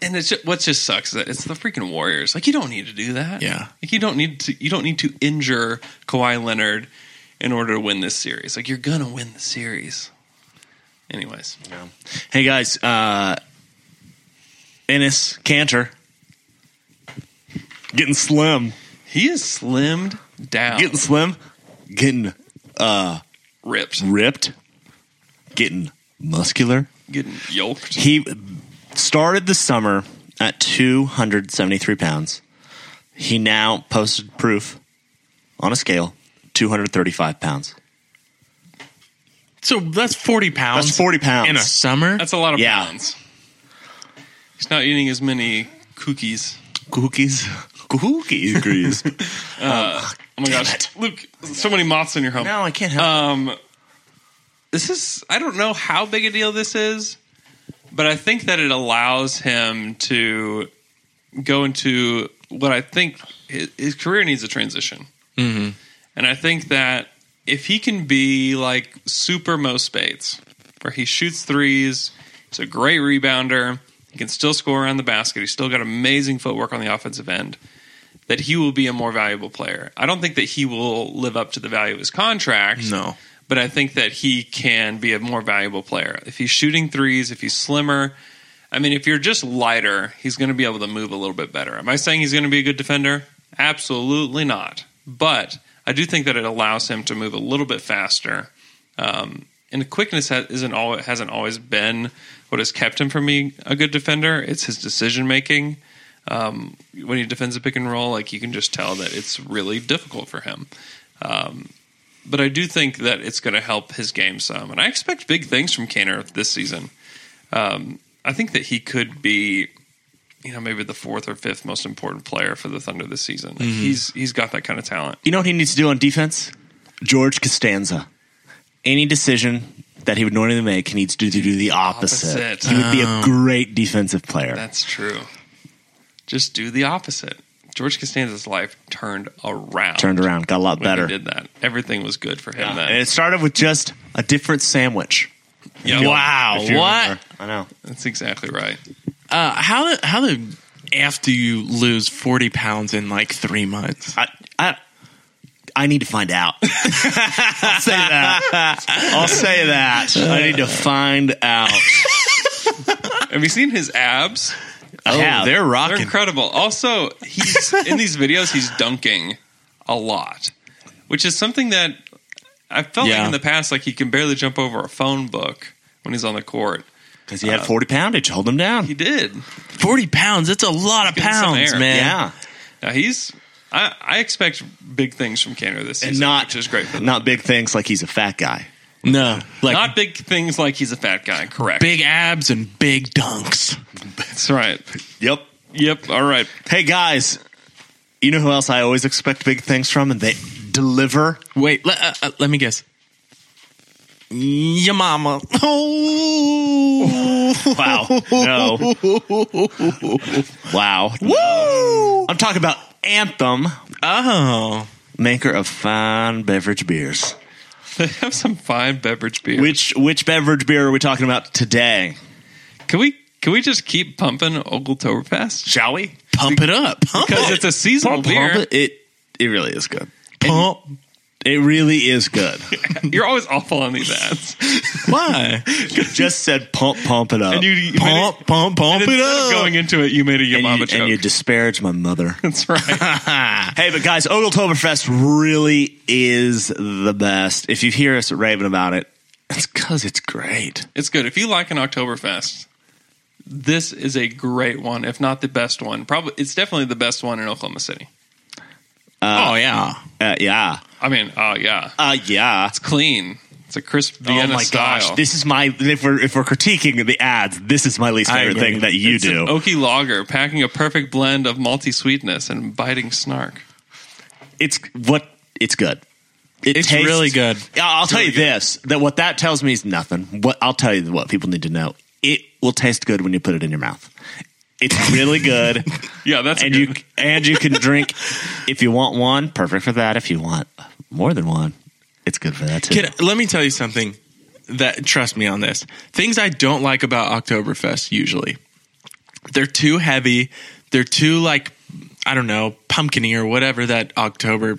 Speaker 6: And it's just, what just sucks is that it's the freaking Warriors. Like you don't need to do that.
Speaker 7: Yeah.
Speaker 6: like you don't need to. You don't need to injure Kawhi Leonard in order to win this series. Like you're gonna win the series. Anyways,
Speaker 5: Hey guys, uh Ennis Cantor Getting slim.
Speaker 6: He is slimmed down.
Speaker 5: Getting slim. Getting
Speaker 6: rips.
Speaker 5: ripped. Getting muscular.
Speaker 6: Getting yoked.
Speaker 5: He started the summer at 273 pounds. He now posted proof on a scale 235 pounds.
Speaker 7: So that's 40 pounds.
Speaker 5: That's 40 pounds.
Speaker 7: In a summer?
Speaker 6: That's a lot of
Speaker 5: Yeah.
Speaker 6: pounds. He's not eating as many cookies.
Speaker 5: Cookies. Cookies. Grease.
Speaker 6: Oh my
Speaker 5: Damn
Speaker 6: gosh,
Speaker 5: it.
Speaker 6: Luke! So many moths in your home.
Speaker 5: no, I can't help
Speaker 6: Um, this is I don't know how big a deal this is, but I think that it allows him to go into what I think his, his career needs a transition. Mm-hmm. And I think that if he can be like super Mo Spates, where he shoots threes, he's a great rebounder, he can still score around the basket, he's still got amazing footwork on the offensive end that he will be a more valuable player. I don't think that he will live up to the value of his contract.
Speaker 7: No.
Speaker 6: But I think that he can be a more valuable player. If he's shooting threes, if he's slimmer, I mean, if you're just lighter, he's going to be able to move a little bit better. Am I saying he's going to be a good defender? Absolutely not. But I do think that it allows him to move a little bit faster. Um, and the quickness ha- isn't all, hasn't always been what has kept him from being a good defender. It's his decision making um, when he defends a pick and roll, like you can just tell that it's really difficult for him. Um, but I do think that it's going to help his game some, and I expect big things from Kaner this season. Um, I think that he could be, you know, maybe the fourth or fifth most important player for the Thunder this season. Like,
Speaker 5: Mm-hmm.
Speaker 6: He's he's got that kind of talent.
Speaker 5: You know what he needs to do on defense? George Costanza. Any decision that he would normally make, he needs to do do the opposite.
Speaker 6: Opposite.
Speaker 5: He would be a great defensive player.
Speaker 6: That's true. Just do the opposite. George Costanza's life turned around.
Speaker 5: Turned around, got a lot
Speaker 6: when
Speaker 5: better. Ah,
Speaker 6: He did that. Everything was good for him.
Speaker 5: Yeah.
Speaker 6: then.
Speaker 5: And it started with just a different sandwich.
Speaker 6: Yeah.
Speaker 7: Wow.
Speaker 5: If you
Speaker 7: What?
Speaker 5: remember. I know.
Speaker 6: That's exactly right.
Speaker 7: Uh, how, the- how the F do you lose 40 pounds in like three months?
Speaker 5: I, I, I need to find out. I'll say that. I'll say that. I need to find out.
Speaker 6: Have you seen his abs?
Speaker 5: I have.
Speaker 7: They're
Speaker 6: They're
Speaker 7: rocking.
Speaker 6: incredible. Also, he's in these videos he's dunking a lot, which is something that I felt like
Speaker 7: Yeah.
Speaker 6: in the past like he can barely jump over a phone book when he's on the court.
Speaker 5: because he had forty poundage. Hold him down.
Speaker 6: He did.
Speaker 7: 40 pounds. That's a lot of
Speaker 6: getting some
Speaker 7: pounds,
Speaker 6: air.
Speaker 7: man.
Speaker 5: Yeah,
Speaker 6: Now he's. I, I expect big things from Cantor this season,
Speaker 5: and not
Speaker 6: which is great. For them.
Speaker 5: not big things like he's a fat guy.
Speaker 7: No. Like
Speaker 6: Not big things like he's a fat guy. Correct.
Speaker 7: big abs and big dunks.
Speaker 6: That's right.
Speaker 5: Yep.
Speaker 6: Yep. All right.
Speaker 5: Hey guys, you know who else I always expect big things from, and they deliver.
Speaker 7: Wait, let, uh, uh, let me guess. Your mama. Oh.
Speaker 5: Wow. No. wow.
Speaker 7: Woo!
Speaker 5: I'm talking about Anthem,
Speaker 7: Oh.
Speaker 5: maker of fine beverage beers.
Speaker 6: They have some fine beverage beer.
Speaker 5: Which which beverage beer are we talking about today?
Speaker 6: can we can we just keep pumping Ogletoberfest
Speaker 5: Shall we?
Speaker 7: Pump it up. Pump
Speaker 6: because
Speaker 7: it.
Speaker 6: it's a seasonal
Speaker 5: Pump
Speaker 6: beer.
Speaker 5: it. It it really is good.
Speaker 7: pump.
Speaker 5: It really is good.
Speaker 6: You're always awful on these ads.
Speaker 7: Why?
Speaker 5: Just said pump pump it up.
Speaker 6: And you, you made
Speaker 7: Pump, pump, pump
Speaker 6: it,
Speaker 7: it
Speaker 6: instead of
Speaker 5: um,
Speaker 7: up.
Speaker 6: going into it, you made a your
Speaker 5: and,
Speaker 6: mama
Speaker 5: you,
Speaker 6: joke.
Speaker 5: and you disparage my mother.
Speaker 6: That's right.
Speaker 5: Hey, but guys, Ogletoberfest really is the best. If you hear us raving about it, it's because it's great.
Speaker 6: it's good. If you like an Oktoberfest, this is a great one, if not the best one. Probably, it's definitely the best one in Oklahoma City.
Speaker 7: oh, yeah.
Speaker 5: Uh, yeah.
Speaker 6: I mean, oh yeah,
Speaker 5: Uh, yeah.
Speaker 6: it's clean. It's a crisp Vienna
Speaker 5: oh my
Speaker 6: style.
Speaker 5: gosh. This is my, if we're, if we're critiquing the ads, this is my least
Speaker 7: I
Speaker 5: favorite
Speaker 7: agree.
Speaker 5: thing that you
Speaker 6: it's
Speaker 5: do.
Speaker 6: an oaky lager, packing a perfect blend of malty sweetness and biting snark.
Speaker 5: it's what, it's good. It
Speaker 7: It's really good.
Speaker 5: Yeah, I'll tell you this, that what that tells me is nothing. What I'll tell you what people need to know. It will taste good when you put it in your mouth. It's really good.
Speaker 6: Yeah, that's
Speaker 5: and
Speaker 6: a
Speaker 5: you
Speaker 6: good-
Speaker 5: and you can drink if you want one. Perfect for that. If you want more than one, it's good for that too.
Speaker 7: Can, let me tell you something that, trust me on this. Things I don't like about Oktoberfest usually. They're too heavy. They're too, like, I don't know, pumpkiny or whatever that Oktober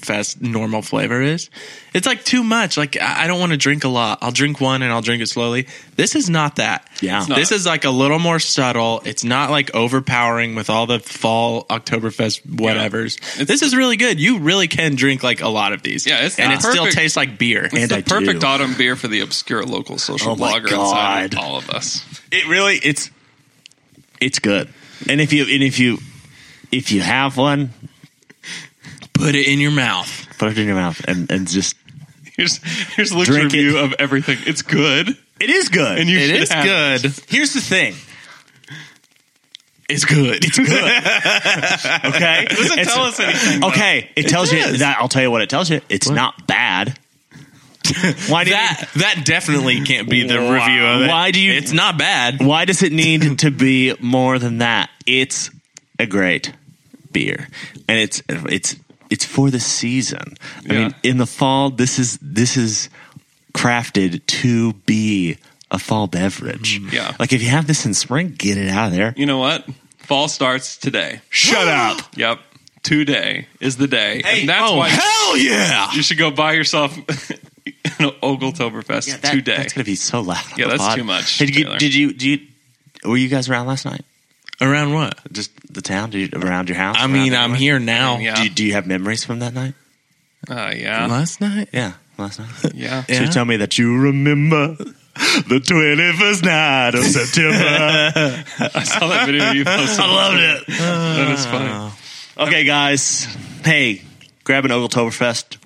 Speaker 7: fest normal flavor is. It's like too much. Like I I don't want to drink a lot. I'll drink one and I'll drink it slowly. This is not that.
Speaker 5: Yeah. It's not.
Speaker 7: This is like a little more subtle. It's not like overpowering with all the fall Oktoberfest whatever's. This is really good. You really can drink like a lot of these.
Speaker 6: Yeah, it's
Speaker 7: and
Speaker 6: the
Speaker 7: it still
Speaker 6: perfect-
Speaker 7: tastes like beer.
Speaker 6: It's
Speaker 5: And
Speaker 6: the
Speaker 5: I do.
Speaker 6: perfect autumn beer for the obscure local social
Speaker 5: Oh my
Speaker 6: blogger inside
Speaker 5: God.
Speaker 6: of all of us.
Speaker 5: It really it's it's good. And if you and if you if you have one,
Speaker 7: Put it in your mouth.
Speaker 5: put it in your mouth and, and just
Speaker 6: Here's here's Luke's
Speaker 5: Drink it.
Speaker 6: review of everything. It's good.
Speaker 5: it is good.
Speaker 6: And you
Speaker 5: it
Speaker 6: should
Speaker 5: is
Speaker 6: have
Speaker 5: good. Here's the thing. It's good. It's good. okay. It doesn't
Speaker 6: tell us anything, though.
Speaker 5: Okay. It, tells you that. I'll tell you what it tells you. It's not bad. Why do
Speaker 7: That that definitely can't be the
Speaker 5: Wow.
Speaker 7: review of it.
Speaker 5: Why do you-
Speaker 7: It's not bad.
Speaker 5: you, Why does it need to be more than that? It's a great beer, and it's it's it's for the season. I mean, in the fall, this is this is crafted to be a fall beverage.
Speaker 6: Mm. Yeah.
Speaker 5: Like if you have this in spring, get it out of there.
Speaker 6: You know what? Fall starts today.
Speaker 5: Shut up.
Speaker 6: Yep. Today is the day. and that's
Speaker 7: oh,
Speaker 6: why
Speaker 5: Hell yeah.
Speaker 6: you should go buy yourself an Ogletoberfest
Speaker 5: That-
Speaker 6: today.
Speaker 5: That's gonna be so loud. on
Speaker 6: Yeah,
Speaker 5: the
Speaker 6: that's
Speaker 5: pod.
Speaker 6: too much,
Speaker 5: Did you,
Speaker 6: Taylor.
Speaker 5: did you? Did you? Were you guys around last night?
Speaker 7: Around what?
Speaker 5: Just the town? Did you, around your house?
Speaker 7: I
Speaker 5: Around
Speaker 7: mean, I'm
Speaker 5: everywhere?
Speaker 7: here now.
Speaker 6: Yeah.
Speaker 5: Do you, do you have memories from that night?
Speaker 6: Uh, yeah.
Speaker 7: Last night?
Speaker 5: Yeah, last night.
Speaker 6: Yeah.
Speaker 5: So you tell me that you remember the twenty first night of September.
Speaker 6: I saw that video you posted.
Speaker 5: I loved it.
Speaker 6: That is
Speaker 7: Oh.
Speaker 6: funny.
Speaker 5: Okay, guys. Hey, grab an Ogletoberfest,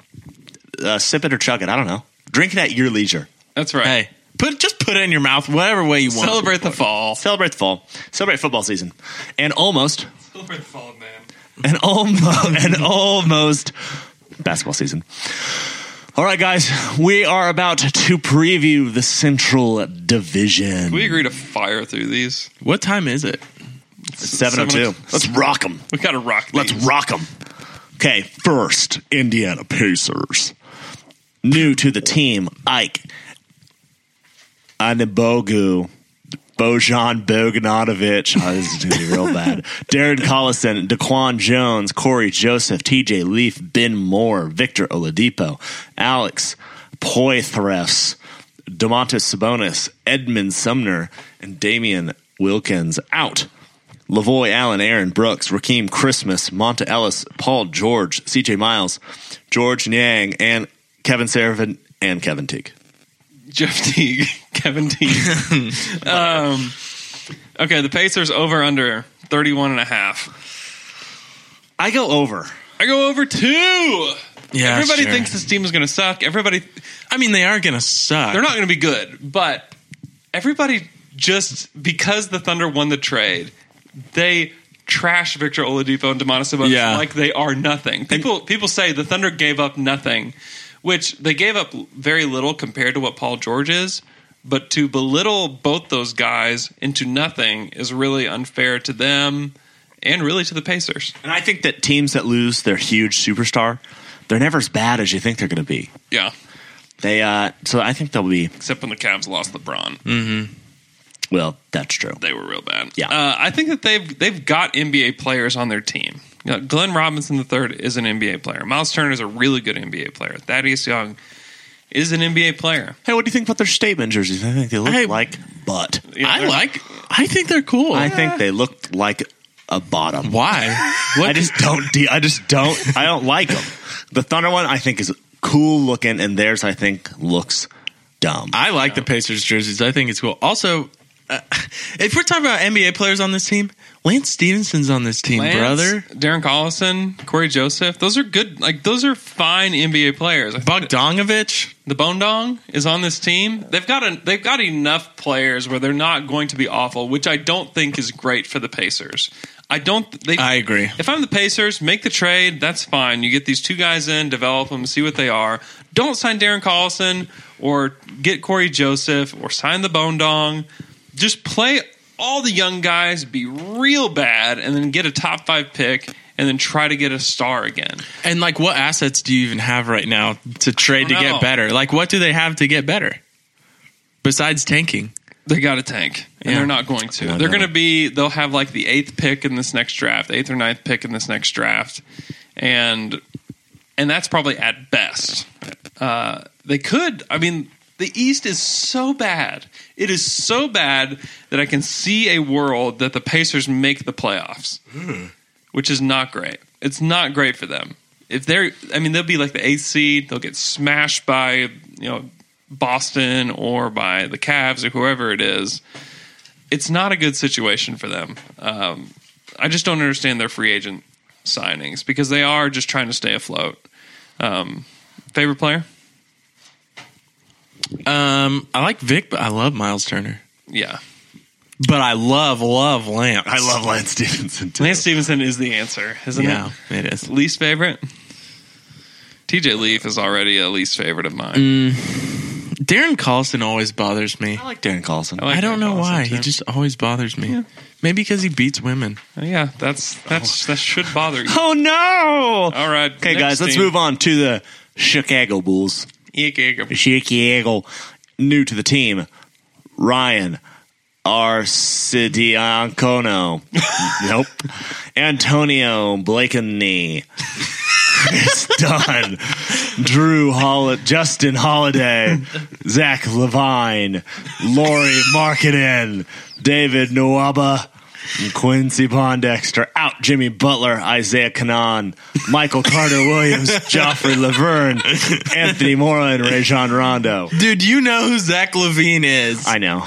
Speaker 5: uh, sip it or chug it. I don't know. Drink it at your leisure.
Speaker 6: That's right.
Speaker 7: Hey, put just put it in your mouth, whatever way you want.
Speaker 6: Celebrate the fall.
Speaker 5: Celebrate the fall. Celebrate football season. And almost
Speaker 6: Celebrate the fall, man.
Speaker 5: and almost and almost basketball season. All right, guys, we are about to preview the Central Division.
Speaker 6: We agree to fire through these.
Speaker 7: What time is it?
Speaker 5: Seven oh two. Let's rock them.
Speaker 6: We got to rock
Speaker 5: Let's
Speaker 6: these.
Speaker 5: rock them. Okay, first Indiana Pacers, new to the team, Ike Anibogu. Bojan Bogdanovic. Oh, this is going to be real bad. Darren Collison, Daquan Jones, Corey Joseph, TJ Leaf, Ben Moore, Victor Oladipo, Alex Poitras, DeMontis Sabonis, Edmund Sumner, and Damian Wilkins out. Lavoy Allen, Aaron Brooks, Raheem Christmas, Monta Ellis, Paul George, CJ Miles, George Nyang, and Kevin Servin and Kevin Teague.
Speaker 6: Jeff Teague, Kevin Teague. um, okay, the Pacers over under 31 and a half.
Speaker 5: I go over.
Speaker 6: I go over two.
Speaker 7: Yeah,
Speaker 6: Everybody
Speaker 7: sure.
Speaker 6: thinks this team is going to suck. Everybody,
Speaker 7: I mean, they are gonna suck.
Speaker 6: they're not going to be good, but everybody just because the Thunder won the trade, they trash Victor Oladipo and Demonis Sabonis
Speaker 7: Yeah.
Speaker 6: like they are nothing. People people say the Thunder gave up nothing, which they gave up very little compared to what Paul George is. But to belittle both those guys into nothing is really unfair to them and really to the Pacers.
Speaker 5: And I think that teams that lose their huge superstar, they're never as bad as you think they're going to be.
Speaker 6: Yeah.
Speaker 5: They uh, so I think they'll be
Speaker 6: Except when the Cavs lost LeBron.
Speaker 5: well. That's true.
Speaker 6: they were real bad.
Speaker 5: Yeah.
Speaker 6: uh, I think that they've they've got NBA players on their team. You know, Glenn Robinson III is an NBA player. Miles Turner is a really good NBA player. Thaddeus Young is an NBA player.
Speaker 5: Hey, what do you think about their statement jerseys? I think they look
Speaker 7: Hey.
Speaker 5: like butt.
Speaker 6: You know,
Speaker 7: I
Speaker 6: they're-
Speaker 7: like. I think they're cool.
Speaker 5: I think they looked like a bottom.
Speaker 7: Why? What?
Speaker 5: I just don't. De- I just don't. I don't like them. The Thunder one I think is cool looking, and theirs I think looks dumb.
Speaker 7: I like the Pacers jerseys. I think it's cool. Also, uh, if we're talking about NBA players on this team, Lance Stevenson's on this team,
Speaker 6: Lance,
Speaker 7: brother.
Speaker 6: Darren Collison, Corey Joseph. Those are good. Like those are fine NBA players. I think
Speaker 7: Bogdanovich.
Speaker 6: The Bone Dong is on this team. They've got a, they've got enough players where they're not going to be awful, which I don't think is great for the Pacers. I don't. They,
Speaker 7: I agree.
Speaker 6: If I'm the Pacers, make the trade. That's fine. You get these two guys in, develop them, see what they are. Don't sign Darren Collison or get Corey Joseph or sign the Bone Dong. Just play all the young guys, be real bad, and then get a top five pick, and then try to get a star again.
Speaker 7: And like, what assets do you even have right now to trade to
Speaker 6: I don't know.
Speaker 7: get better? Like, what do they have to get better besides tanking?
Speaker 6: They got a tank, and
Speaker 7: Yeah.
Speaker 6: they're not going to.
Speaker 5: No,
Speaker 6: they're
Speaker 5: no.
Speaker 6: going to be. They'll have like the eighth pick in this next draft, eighth or ninth pick in this next draft, and and that's probably at best. Uh, they could. I mean, the East is so bad. It is so bad that I can see a world that the Pacers make the playoffs,
Speaker 7: Hmm.
Speaker 6: which is not great. It's not great for them. If they're, I mean, they'll be like the eighth seed. They'll get smashed by you know Boston or by the Cavs or whoever it is. It's not a good situation for them. Um, I just don't understand their free agent signings because they are just trying to stay afloat. Um, favorite player?
Speaker 7: Um, I like Vic, but I love Miles Turner.
Speaker 6: Yeah.
Speaker 7: But I love, love Lamp.
Speaker 5: I love Lance Stevenson too.
Speaker 6: Lance Stevenson is the answer, isn't
Speaker 7: Yeah,
Speaker 6: it?
Speaker 7: it is.
Speaker 6: Least favorite? TJ Leaf is already a least favorite of mine.
Speaker 5: Mm.
Speaker 7: Darren Collison always bothers me.
Speaker 5: I like Darren Collison.
Speaker 6: like
Speaker 7: I don't
Speaker 6: Darren
Speaker 7: know
Speaker 6: Collison,
Speaker 7: why.
Speaker 6: too.
Speaker 7: He just always bothers me. Maybe because he beats women.
Speaker 6: Yeah, that's that's that should bother you.
Speaker 5: oh no!
Speaker 6: All right.
Speaker 5: Okay, guys, let's move on to the Chicago Bulls.
Speaker 6: on.
Speaker 5: Chicago, new to the team, Ryan Arcidiacono. nope. Antonio Blakeney. Chris Dunn, Drew Holli- Justin Holiday, Zach Levine, Lori Markinen, David Nwaba, and Quincy Pondexter, out Jimmy Butler, Isaiah Kanan, Michael Carter Williams, Joffrey Laverne, Anthony Mora, and Rajon Rondo.
Speaker 7: Dude, you know who Zach Levine is.
Speaker 5: I know,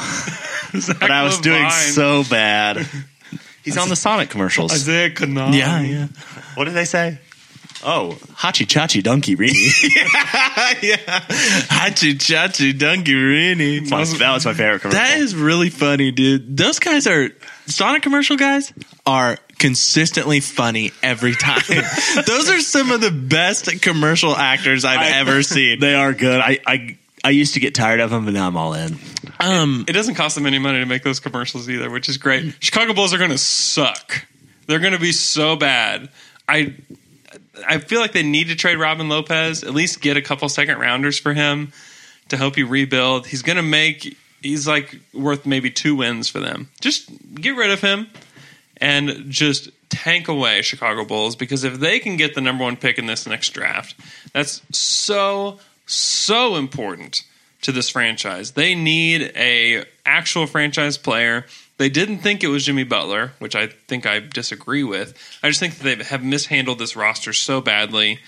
Speaker 5: but I was doing so bad. He's on the Sonic commercials.
Speaker 6: Isaiah Kanaan.
Speaker 7: yeah, yeah.
Speaker 5: What did they say? Oh, Hachi Chachi Donkey Rini.
Speaker 7: Hachi Chachi Dunkarini.
Speaker 5: That was- that was my favorite commercial.
Speaker 7: That is really funny, dude. Those guys are Sonic commercial guys are consistently funny every time. Those are some of the best commercial actors I've
Speaker 5: I-
Speaker 7: ever seen.
Speaker 5: They are good. I, I I used to get tired of them, but now I'm all in.
Speaker 7: Um,
Speaker 6: It doesn't cost them any money to make those commercials either, which is great. Chicago Bulls are going to suck. They're going to be so bad. I I feel like they need to trade Robin Lopez, at least get a couple second rounders for him to help you rebuild. He's going to make he's like worth maybe two wins for them. Just get rid of him and just tank away Chicago Bulls because if they can get the number 1 pick in this next draft, that's so so important to this franchise. They need a actual franchise player. They didn't think it was Jimmy Butler, which I think I disagree with. I just think that they have mishandled this roster so badly.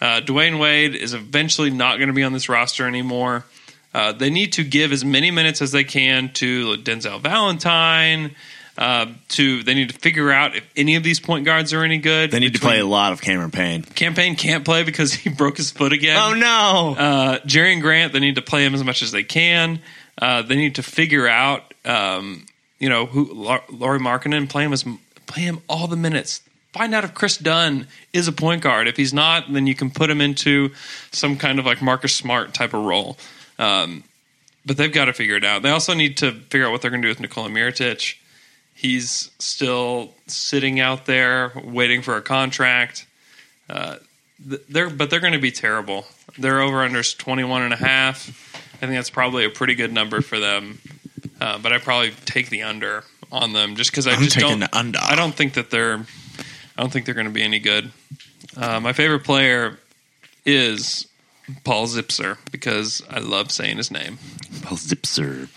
Speaker 6: Uh, Dwayne Wade is eventually not going to be on this roster anymore. Uh, they need to give as many minutes as they can to Denzel Valentine. Uh, to they need to figure out if any of these point guards are any good.
Speaker 5: They need to
Speaker 6: Between-
Speaker 5: play a lot of Cameron Payne. Oh,
Speaker 6: Campaign can't play because he broke his foot again.
Speaker 5: no!
Speaker 6: Uh, Jerry and Grant, they need to play him as much as they can. Uh, they need to figure out, um, you know, who Lau- Laurie Markkinen play him as play him all the minutes. Find out if Chris Dunn is a point guard. If he's not, then you can put him into some kind of like Marcus Smart type of role. Um, but they've got to figure it out. They also need to figure out what they're going to do with Nikola Mirotic. He's still sitting out there waiting for a contract Uh, they're but they're going to be terrible. They're over under 21 and a half. I think that's probably a pretty good number for them. Uh, but I probably take the under on them just because I
Speaker 7: I'm
Speaker 6: just don't.
Speaker 7: taking the under.
Speaker 6: I don't think that they're. I don't think they're going to be any good. Uh, my favorite player is Paul Zipser because I love saying his name.
Speaker 5: Paul Zipser.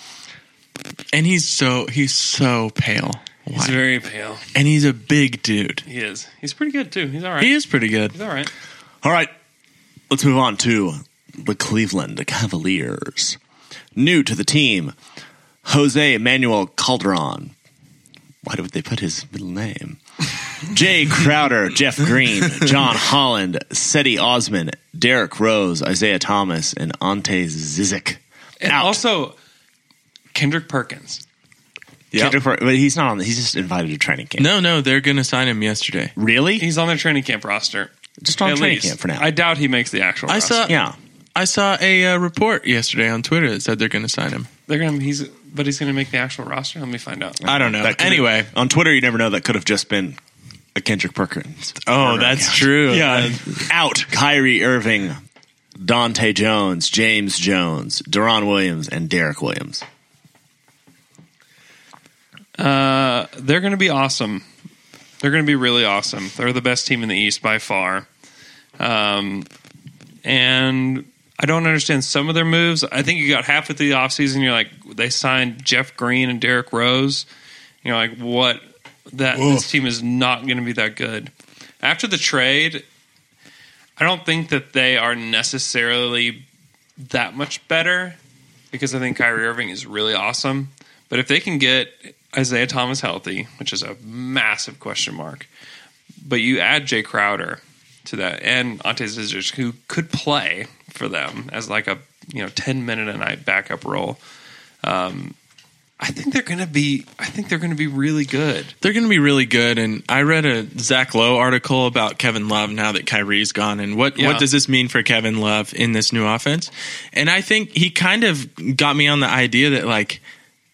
Speaker 7: and he's so he's so pale.
Speaker 6: He's
Speaker 7: Why?
Speaker 6: very pale.
Speaker 7: and he's a big dude.
Speaker 6: He is. He's pretty good too. He's all right.
Speaker 7: He is pretty good.
Speaker 6: He's all right.
Speaker 5: All right, let's move on to the Cleveland Cavaliers. New to the team, Jose Manuel Calderon. Why would they put his middle name? Jay Crowder, Jeff Green, John Holland, Seti Osman, Derek Rose, Isaiah Thomas, and Ante Zizic.
Speaker 6: And
Speaker 5: Out.
Speaker 6: also Kendrick Perkins.
Speaker 5: Kendrick Par- but he's not on. He's just invited to training camp.
Speaker 7: No, no, they're gonna sign him yesterday.
Speaker 5: Really?
Speaker 6: He's on their training camp roster.
Speaker 5: just on
Speaker 6: At
Speaker 5: training
Speaker 6: least.
Speaker 5: camp for now.
Speaker 6: I doubt he makes the actual.
Speaker 7: I
Speaker 6: roster.
Speaker 7: saw
Speaker 5: yeah.
Speaker 7: I saw a uh, report yesterday on Twitter that said they're gonna sign him.
Speaker 6: They're gonna he's but he's gonna make the actual roster. Let me find out.
Speaker 7: I don't know.
Speaker 5: That could've-
Speaker 7: Anyway,
Speaker 5: on Twitter, you never know. That could have just been a Kendrick Perkins.
Speaker 7: oh, that's true.
Speaker 5: Yeah. Out Kyrie Irving, Dante Jones, James Jones, Deron Williams, and Derek Williams.
Speaker 6: Uh, they're gonna be awesome. They're gonna be really awesome. They're the best team in the East by far. Um, and I don't understand some of their moves. I think you got halfway through the offseason, you're like, they signed Jeff Green and Derek Rose. You're like, what? That this team is not going to be that good. After the trade, I don't think that they are necessarily that much better because I think Kyrie Irving is really awesome. But if they can get Isaiah Thomas healthy, which is a massive question mark, but you add Jay Crowder to that and Ante Zizic, who could play for them as like a you know ten minute a night backup role. Um, I think they're gonna be. I think they're gonna be really good.
Speaker 7: They're going to be really good. And I read a Zach Lowe article about Kevin Love now that Kyrie's gone. And what,
Speaker 6: Yeah.
Speaker 7: what does this mean for Kevin Love in this new offense? And I think he kind of got me on the idea that, like,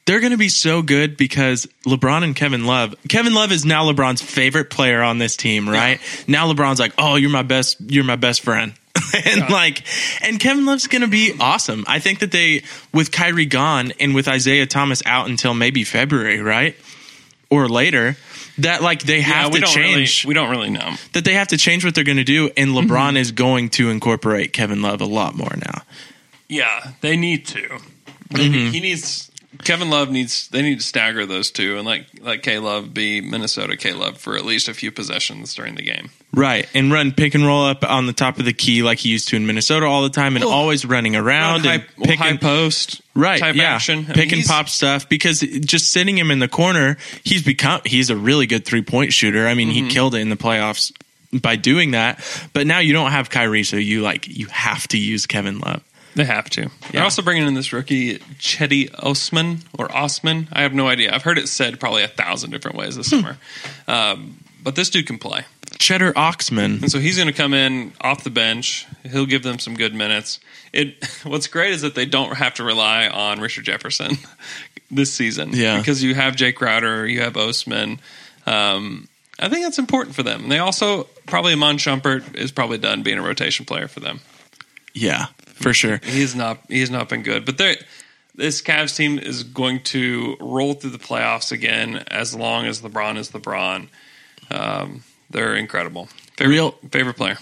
Speaker 7: they're going to be so good because LeBron and Kevin Love. Kevin Love is now LeBron's favorite player on this team, right? Now LeBron's like, "Oh, you're my best. You're my best friend." and like, and Kevin Love's going to be awesome. I think that they, with Kyrie gone and with Isaiah Thomas out until maybe February, right, or later, that like they have
Speaker 6: we
Speaker 7: to
Speaker 6: don't
Speaker 7: change.
Speaker 6: Really, Mm-hmm. we don't really know.
Speaker 7: that they have to change what they're going to do, and LeBron is going to incorporate Kevin Love a lot more now.
Speaker 6: Yeah, they need to. They- He needs Kevin Love needs. They need to stagger those two and like let K Love be Minnesota K Love for at least a few possessions during the game.
Speaker 7: Right, and run pick and roll up on the top of the key like he used to in Minnesota all the time, and always running around
Speaker 6: high,
Speaker 7: and pick
Speaker 6: high
Speaker 7: and
Speaker 6: post,
Speaker 7: right,
Speaker 6: Type
Speaker 7: yeah,
Speaker 6: action, I mean,
Speaker 7: pick and
Speaker 6: he's-
Speaker 7: pop stuff. Because just sitting him in the corner, he's become he's a really good three point shooter. I mean,
Speaker 6: Mm-hmm.
Speaker 7: he killed it in the playoffs by doing that. But now you don't have Kyrie, so you like you have to use Kevin Love.
Speaker 6: They have to. They're also bringing in this rookie Chetty Osman or Osman. I have no idea. I've heard it said probably a thousand different ways
Speaker 7: Hmm.
Speaker 6: this summer. Um, but this dude can play.
Speaker 7: Cheddar Oxman.
Speaker 6: And so he's going to come in off the bench. He'll give them some good minutes. It what's great is that they don't have to rely on Richard Jefferson this season.
Speaker 7: Yeah.
Speaker 6: because you have Jake Crowder, you have Osman. Um, I think that's important for them. And they also probably Amon Shumpert is probably done being a rotation player for them.
Speaker 7: Yeah, for sure.
Speaker 6: He's not. He's not been good. But they this Cavs team is going to roll through the playoffs again as long as LeBron is LeBron. Um, they're incredible. Favorite,
Speaker 7: Real-
Speaker 6: favorite player.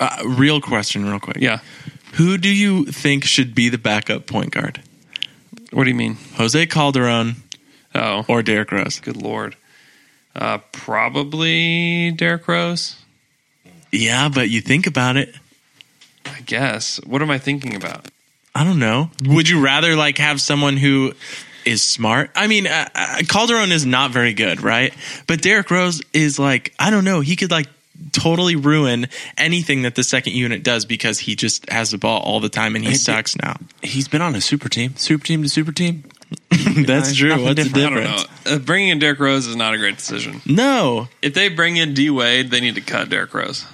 Speaker 7: Uh, real question, real quick.
Speaker 6: Yeah.
Speaker 7: Who do you think should be the backup point guard?
Speaker 6: What do you mean?
Speaker 7: Jose Calderon
Speaker 6: Oh,
Speaker 7: or Derrick Rose?
Speaker 6: good lord. Uh, probably Derrick Rose.
Speaker 7: Yeah, but you think about it.
Speaker 6: I guess. What am I thinking about?
Speaker 7: I don't know. Would you rather like have someone who is smart? I mean, uh, uh, Calderon is not very good, right? But Derrick Rose is like I don't know. He could like totally ruin anything that the second unit does because he just has the ball all the time and he sucks now.
Speaker 8: He's been on a super team, super team to super team.
Speaker 7: That's true. What's the
Speaker 6: I don't
Speaker 7: difference?
Speaker 6: know. Uh, bringing in Derrick Rose is not a great decision.
Speaker 7: No.
Speaker 6: If they bring in D Wade, they need to cut Derrick Rose.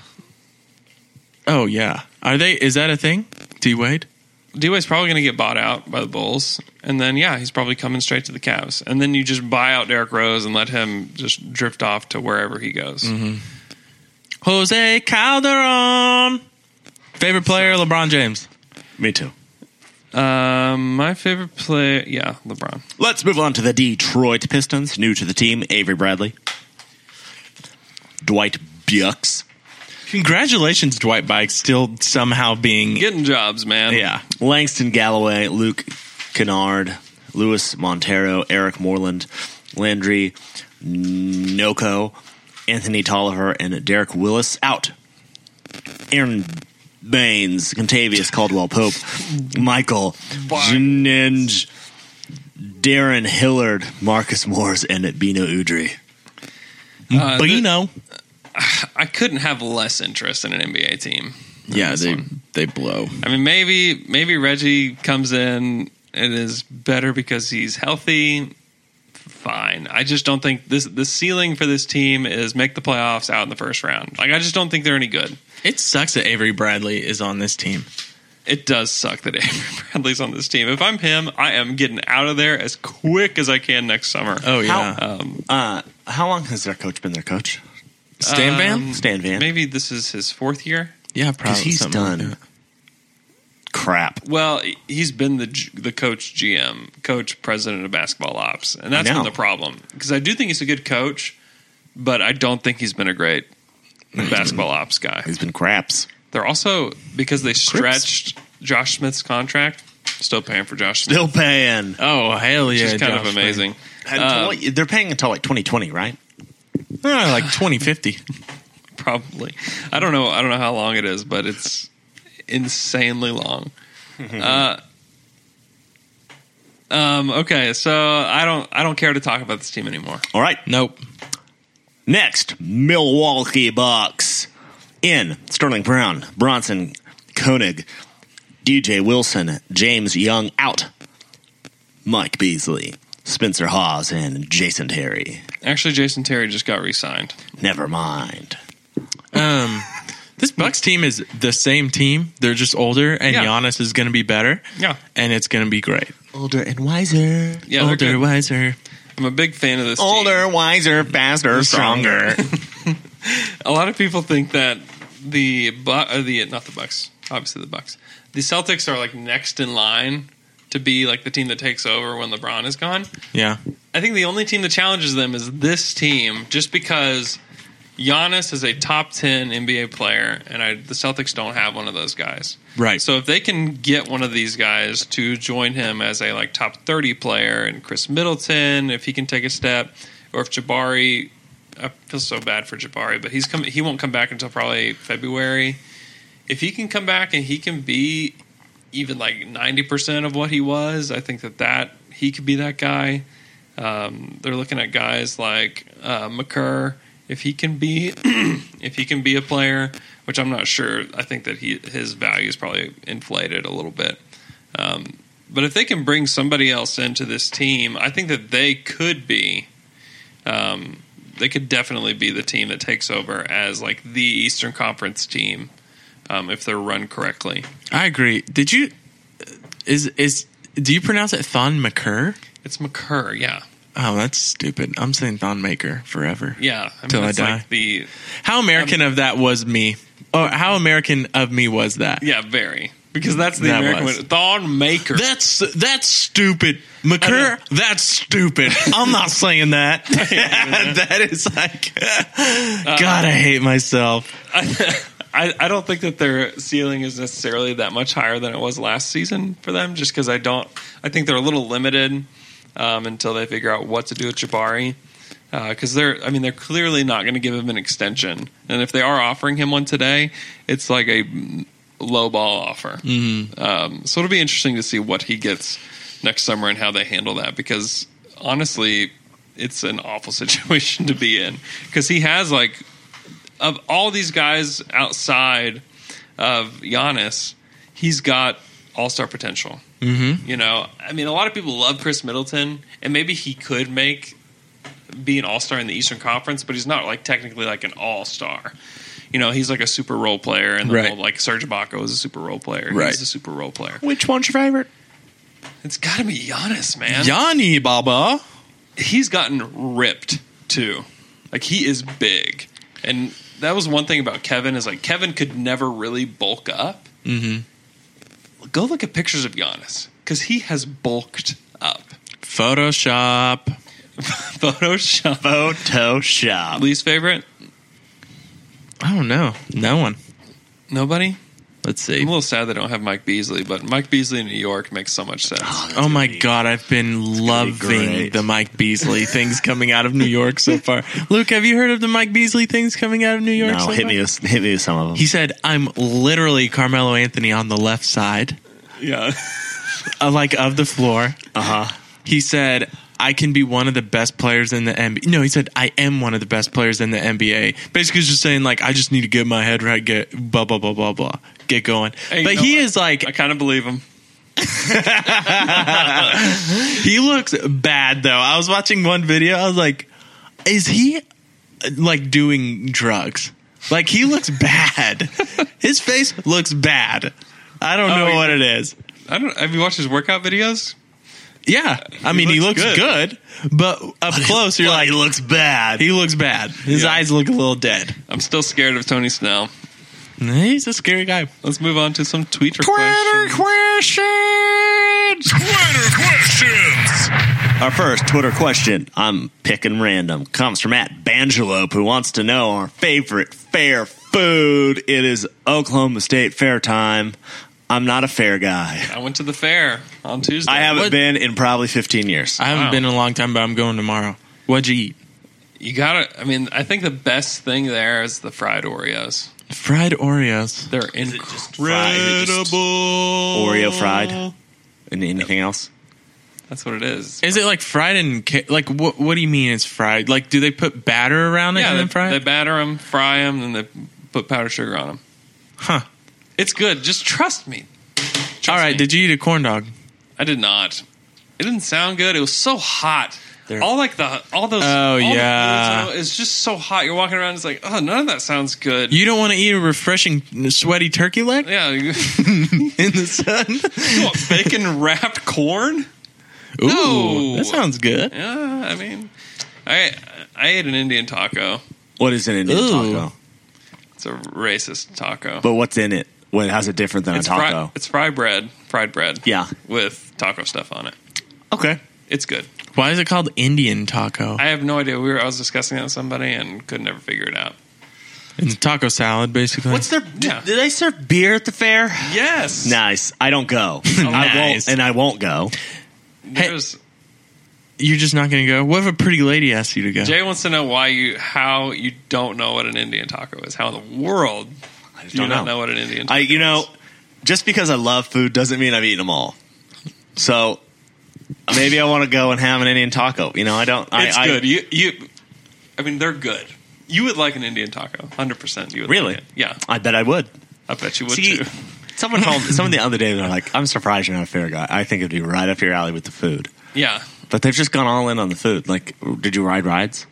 Speaker 7: Oh yeah. Are they? Is that a thing? D Wade.
Speaker 6: D Wade's probably going to get bought out by the Bulls, and then yeah, he's probably coming straight to the Cavs, and then you just buy out Derrick Rose and let him just drift off to wherever he goes.
Speaker 7: Mm-hmm. Jose Calderon. Favorite player, LeBron James.
Speaker 8: Me too.
Speaker 6: Um, my favorite player, yeah, LeBron.
Speaker 8: Let's move on to the Detroit Pistons. New to the team, Avery Bradley, Dwight Bucks.
Speaker 7: Congratulations, Dwight Bike, still somehow being.
Speaker 6: Getting jobs, man.
Speaker 7: Yeah.
Speaker 8: Langston Galloway, Luke Kennard, Lewis Montero, Eric Moreland, Landry Noko, Anthony Tolliver, and Derek Willis out. Aaron Baines, Contavious Caldwell Pope, Michael Janenge, Darren Hillard, Marcus Morris, and Bino Udry.
Speaker 6: Uh,
Speaker 7: But
Speaker 6: th-
Speaker 7: you know,
Speaker 6: I couldn't have less interest in an NBA team.
Speaker 8: Yeah, they they blow.
Speaker 6: I mean, maybe maybe Reggie comes in and is better because he's healthy. Fine. I just don't think this the ceiling for this team is make the playoffs out in the first round. Like I just don't think they're any good.
Speaker 7: it sucks that Avery Bradley is on this team.
Speaker 6: It does suck that Avery Bradley's on this team. If I'm him, I am getting out of there as quick as I can next summer.
Speaker 7: Oh, yeah.
Speaker 6: Um,
Speaker 8: Uh, how long has their coach been their coach?
Speaker 7: Stan Van?
Speaker 6: um,
Speaker 8: Stan Van.
Speaker 6: Maybe this is his fourth year.
Speaker 7: yeah,
Speaker 8: Because
Speaker 7: probably.
Speaker 8: he's
Speaker 7: something like
Speaker 8: done
Speaker 7: that.
Speaker 8: crap.
Speaker 6: Well, he's been the G- the coach, GM, coach, president of basketball ops, and that's
Speaker 8: I know.
Speaker 6: been the problem. Because I do think he's a good coach, but I don't think he's been a great basketball ops guy.
Speaker 8: He's been craps.
Speaker 6: They're also because they stretched Josh Smith's contract. Still paying for Josh Smith,
Speaker 8: Still paying. Uh,
Speaker 7: Oh hell yeah!
Speaker 6: which is kind
Speaker 7: Josh
Speaker 6: of
Speaker 7: Smith.
Speaker 6: amazing.
Speaker 8: Until, like, they're paying until like 2020, right?
Speaker 7: Uh, like twenty fifty.
Speaker 6: probably. I don't know. I don't know how long it is, but it's insanely long. uh, um. Okay. So I don't. I don't care to talk about this team anymore.
Speaker 8: All right.
Speaker 7: Nope.
Speaker 8: Next, Milwaukee Bucks. In Sterling Brown, Bronson Koenig, DJ Wilson, James Young out. Mike Beasley, Spencer Hawes, and Jason Terry.
Speaker 6: Actually, Jason Terry just got re-signed.
Speaker 8: Never mind.
Speaker 7: Um, this Bucks team is the same team. They're just older, and
Speaker 6: Yeah.
Speaker 7: Giannis is going to be better.
Speaker 6: Yeah.
Speaker 7: and it's going to be great.
Speaker 8: Older and wiser.
Speaker 6: Yeah. they're
Speaker 7: older,
Speaker 6: good.
Speaker 7: wiser.
Speaker 6: I'm a big fan of this. team.
Speaker 8: Older, wiser, faster, stronger.
Speaker 6: A lot of people think that the Bu- uh, the not the Bucks, obviously the Bucks. The Celtics are like next in line to be like the team that takes over when LeBron is gone.
Speaker 7: Yeah,
Speaker 6: I think the only team that challenges them is this team, just because Giannis is a top ten NBA player, and I, the Celtics don't have one of those guys.
Speaker 7: right.
Speaker 6: So if they can get one of these guys to join him as a like top thirty player, and Chris Middleton, if he can take a step, or if Jabari, I feel so bad for Jabari, but he's come he won't come back until probably February. If he can come back and he can be even like ninety percent of what he was, I think that that he could be that guy. Um, they're looking at guys like uh, McCurr. If he can be, if he can be a player, which I'm not sure. I think that he his value is probably inflated a little bit. Um, but if they can bring somebody else into this team, I think that they could be. Um, they could definitely be the team that takes over as like the Eastern Conference team um, if they're run correctly.
Speaker 7: I agree. Did you? Is is do you pronounce it Thon McCurr?
Speaker 6: It's McCurr, yeah,
Speaker 7: Oh, that's stupid. I'm saying Thon Maker forever.
Speaker 6: yeah. I mean,
Speaker 7: Till I
Speaker 6: it's
Speaker 7: die.
Speaker 6: Like the
Speaker 7: How American of that was me. Oh, how American of me was that?
Speaker 6: yeah, very because that's the
Speaker 7: That
Speaker 6: American
Speaker 7: was.
Speaker 6: one. Thon Maker.
Speaker 7: That's that's stupid, McCurr. That's stupid. I'm not saying that. that is like, God, I hate myself.
Speaker 6: I, I don't think that their ceiling is necessarily that much higher than it was last season for them, just because I don't. I think they're a little limited um, until they figure out what to do with Jabari, because they're. I mean, they're clearly not going to give him an extension, and if they are offering him one today, it's like a mm, low ball offer. Um, so it'll be interesting to see what he gets next summer and how they handle that, because honestly, it's an awful situation to be in, because he has like of all these guys outside of Giannis, he's got all star potential. Mm-hmm. You know, I mean, a lot of people love Chris Middleton, and maybe he could make be an all star in the Eastern Conference, but he's not like technically like an all star. You know, he's like a super role player, and the
Speaker 7: Right.
Speaker 6: whole, like Serge Ibaka was a super role player.
Speaker 7: Right.
Speaker 6: He's a super role player.
Speaker 7: Which one's your favorite?
Speaker 6: It's got to be Giannis, man.
Speaker 7: Yanni Baba.
Speaker 6: he's gotten ripped too. Like he is big, and that was one thing about Kevin is like Kevin could never really bulk up. Mm-hmm. Go look at pictures of Giannis because he has bulked up.
Speaker 7: Photoshop.
Speaker 6: Photoshop.
Speaker 8: Photoshop.
Speaker 6: Least favorite?
Speaker 7: I don't know. No one.
Speaker 6: Nobody.
Speaker 7: Let's
Speaker 6: I'm a
Speaker 7: see.
Speaker 6: little sad they don't have Mike Beasley, but Mike Beasley in New York makes so much sense.
Speaker 7: Oh my God, I've been loving
Speaker 8: great.
Speaker 7: the Mike Beasley things coming out of New York so far. Luke, have you heard of the Mike Beasley things coming out of New York?
Speaker 8: No,
Speaker 7: so
Speaker 8: hit
Speaker 7: far?
Speaker 8: me, with, hit me with some of them.
Speaker 7: He said, "I'm literally Carmelo Anthony on the left side."
Speaker 6: Yeah. Uh-huh.
Speaker 7: uh, like of the floor. Uh huh. He said, "I can be one of the best players in the NBA." No, he said, "I am one of the best players in the NBA." Basically, he's just saying like, "I just need to get my head right, get blah blah blah blah blah, get going."
Speaker 6: Hey, you
Speaker 7: but
Speaker 6: know
Speaker 7: he
Speaker 6: what?
Speaker 7: is like,
Speaker 6: I kind of believe him.
Speaker 7: he looks bad though. I was watching one video. I was like, "Is he uh, like doing drugs?" Like he looks bad. His face looks bad. I don't know
Speaker 6: he-
Speaker 7: what it is.
Speaker 6: I don't. Have you watched his workout videos?
Speaker 7: Yeah, I mean, he looks,
Speaker 6: looks
Speaker 7: good. but up close, you're like,
Speaker 8: he looks bad.
Speaker 7: He looks bad. His
Speaker 6: Yeah.
Speaker 7: eyes look a little dead.
Speaker 6: I'm still scared of Tony Snell.
Speaker 7: He's a scary guy.
Speaker 6: Let's move on to some Twitter, questions.
Speaker 7: questions.
Speaker 4: Twitter questions.
Speaker 8: Our first Twitter question, I'm picking random, comes from at Bangelope, who wants to know our favorite fair
Speaker 5: food. It is Oklahoma State Fair time. I'm not a fair guy.
Speaker 6: I went to the fair on Tuesday.
Speaker 5: I haven't
Speaker 7: What?
Speaker 5: been in probably 15 years.
Speaker 7: I haven't
Speaker 6: Wow.
Speaker 7: been in a long time, but I'm going tomorrow. What'd you eat?
Speaker 6: You gotta. I mean, I think the best thing there is the fried Oreos.
Speaker 7: Fried Oreos.
Speaker 6: They're incredible.
Speaker 5: fried? Is it just Oreo fried? And anything else?
Speaker 6: That's what it is.
Speaker 7: Is it like fried and ca- like what? What do you mean it's fried? Like do they put batter around it
Speaker 6: yeah,
Speaker 7: and
Speaker 6: they,
Speaker 7: then fry
Speaker 6: they
Speaker 7: it?
Speaker 6: batter them, fry them, then they put powdered sugar on them.
Speaker 7: huh.
Speaker 6: It's good. Just trust me. Trust
Speaker 7: All right.
Speaker 6: me.
Speaker 7: Did you eat a corn dog?
Speaker 6: I did not. It didn't sound good. It was so hot.
Speaker 7: They're-
Speaker 6: all like the all those.
Speaker 7: Oh,
Speaker 6: all the
Speaker 7: yeah.
Speaker 6: foods, you know, it's just so hot. You're walking around. It's like oh, none of that sounds good.
Speaker 7: You don't want to eat a refreshing, sweaty turkey leg
Speaker 6: yeah, you
Speaker 7: in the sun.
Speaker 6: want bacon wrapped corn?
Speaker 7: Ooh,
Speaker 6: No.
Speaker 7: that sounds good.
Speaker 6: Yeah, I mean, I I ate an Indian taco.
Speaker 5: What is an Indian
Speaker 7: Ooh.
Speaker 5: taco?
Speaker 6: It's a racist taco.
Speaker 5: But what's in it? What, how's it different than
Speaker 6: it's
Speaker 5: a taco?
Speaker 6: Fri- it's fried bread, fried bread.
Speaker 5: Yeah.
Speaker 6: with taco stuff on it.
Speaker 5: Okay.
Speaker 6: It's good.
Speaker 7: Why is it called Indian taco?
Speaker 6: I have no idea. We were I was discussing that with somebody and could never figure it out.
Speaker 7: It's a taco salad, basically.
Speaker 5: What's their?
Speaker 6: Yeah.
Speaker 5: Do, do they serve beer at the fair? Oh,
Speaker 6: Yes.
Speaker 5: Nice. I don't go. I won't,
Speaker 7: Nice.
Speaker 5: and I won't go.
Speaker 6: There's,
Speaker 7: You're just not going to go. What if a pretty lady asks you to go?
Speaker 6: Jay wants to know why you how you don't know what an Indian taco is. How in the world
Speaker 5: I just
Speaker 6: do
Speaker 5: don't
Speaker 6: you not
Speaker 5: know.
Speaker 6: know what an Indian taco
Speaker 5: I, you know,
Speaker 6: is?
Speaker 5: just because I love food doesn't mean I've eaten them all. So maybe I want to go and have an Indian taco. You know, I don't.
Speaker 6: It's
Speaker 5: I, I,
Speaker 6: good. you you I mean they're good. You would like an Indian taco, hundred percent. You would
Speaker 5: Really?
Speaker 6: like it. yeah.
Speaker 5: I bet I would.
Speaker 6: I bet you would
Speaker 5: See,
Speaker 6: too.
Speaker 5: someone told someone the other day they're like, "I'm surprised you're not a fair guy. I think it'd be right up your alley with the food."
Speaker 6: Yeah.
Speaker 5: But they've just gone all in on the food. Like, did you ride rides?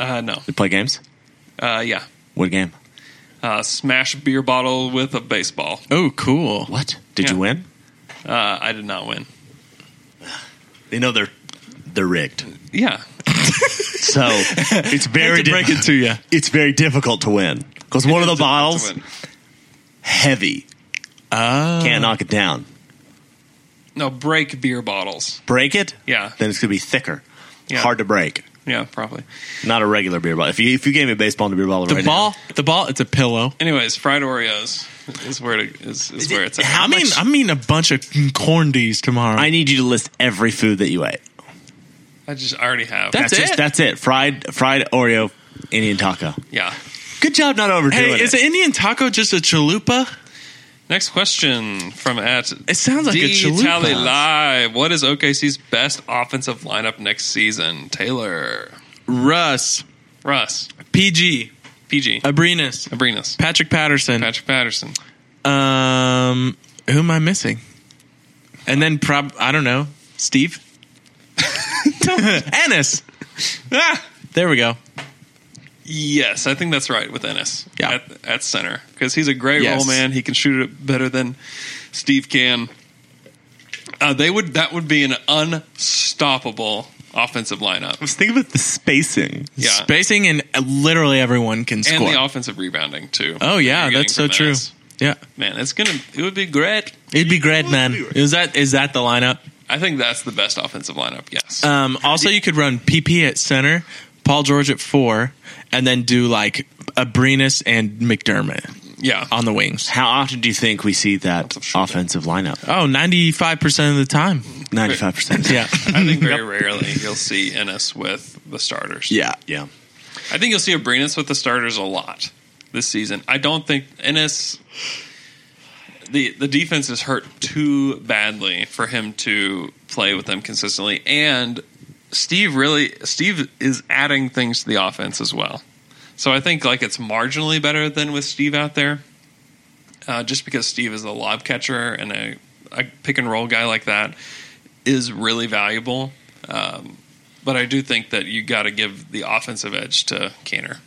Speaker 6: Uh, no.
Speaker 5: Did you play games?
Speaker 6: Uh, yeah.
Speaker 5: What game?
Speaker 6: Uh, smash beer bottle with a baseball.
Speaker 7: Oh, cool.
Speaker 5: What did
Speaker 6: Yeah.
Speaker 5: you win?
Speaker 6: Uh, I did not win.
Speaker 5: You know they're they're rigged.
Speaker 6: Yeah.
Speaker 5: So it's
Speaker 7: I
Speaker 5: very
Speaker 7: hate to break it to you.
Speaker 5: it's very difficult to win because one of the
Speaker 6: It's difficult to
Speaker 5: bottles
Speaker 6: win.
Speaker 5: heavy
Speaker 7: Oh.
Speaker 5: can't knock it down.
Speaker 6: No, break beer bottles.
Speaker 5: Break it,
Speaker 6: Yeah.
Speaker 5: then it's gonna be thicker,
Speaker 6: Yeah.
Speaker 5: hard to break.
Speaker 6: Yeah, probably.
Speaker 5: Not a regular beer bottle. If you if you gave me a baseball and a beer bottle,
Speaker 7: The
Speaker 5: right
Speaker 7: ball, the ball. It's a pillow.
Speaker 6: Anyways, fried Oreos is where it, is, is where it's at.
Speaker 5: How
Speaker 7: I mean,
Speaker 5: much-
Speaker 7: I mean a bunch of corn d's tomorrow.
Speaker 5: now, I need you to list every food that you ate.
Speaker 6: I just already have.
Speaker 7: That's
Speaker 5: just
Speaker 7: it?
Speaker 5: that's it. Fried fried Oreo Indian taco.
Speaker 6: yeah.
Speaker 5: Good job, not overdoing
Speaker 7: hey,
Speaker 5: it.
Speaker 7: is an Indian taco just a chalupa?
Speaker 6: Next question from at
Speaker 7: It sounds like a chalupa.
Speaker 6: Tally Live. What is OKC's best offensive lineup next season? Taylor,
Speaker 7: Russ,
Speaker 6: Russ,
Speaker 7: PG,
Speaker 6: PG,
Speaker 7: Uh, Abrinas,
Speaker 6: Abrinas,
Speaker 7: Patrick Patterson.
Speaker 6: Patrick Patterson.
Speaker 7: Um, who am I missing? And then prob I don't know, Steve, Ennis. Ah, there we go.
Speaker 6: Yes, I think that's right with Ennis
Speaker 7: Yeah.
Speaker 6: at, at center because he's a great
Speaker 7: Yes.
Speaker 6: role man. He can shoot it better than Steve can. Uh, they would that would be an unstoppable offensive lineup
Speaker 5: Just think about the spacing.
Speaker 6: Yeah.
Speaker 7: Spacing and literally everyone can
Speaker 6: and
Speaker 7: score.
Speaker 6: the offensive rebounding too.
Speaker 7: oh yeah,
Speaker 6: You're getting
Speaker 7: that's so
Speaker 6: from
Speaker 7: true.
Speaker 6: Ennis.
Speaker 7: Yeah,
Speaker 6: Man, it's gonna it would be great.
Speaker 7: it'd be great, man. Is that is that the lineup?
Speaker 6: I think that's the best offensive lineup. Yes.
Speaker 7: Um, also, you could run PP at center, Paul George at four, and then do like Abrinas and McDermott
Speaker 6: yeah.
Speaker 7: on the wings.
Speaker 5: How often do you think we see that
Speaker 6: Offensive shooting.
Speaker 5: offensive lineup?
Speaker 7: Oh, 95% of the time.
Speaker 5: Ninety five percent.
Speaker 7: Yeah.
Speaker 6: I think very rarely you'll see Ennis with the starters.
Speaker 7: Yeah.
Speaker 5: yeah.
Speaker 6: I think you'll see Abrinas with the starters a lot this season. I don't think Ennis the the defense is hurt too badly for him to play with them consistently and Steve really Steve is adding things to the offense as well. So I think like it's marginally better than with Steve out there. Uh, just because Steve is a lob catcher and a, a pick and roll guy like that is really valuable. Um, but I do think that you got to give the offensive edge to Kaner.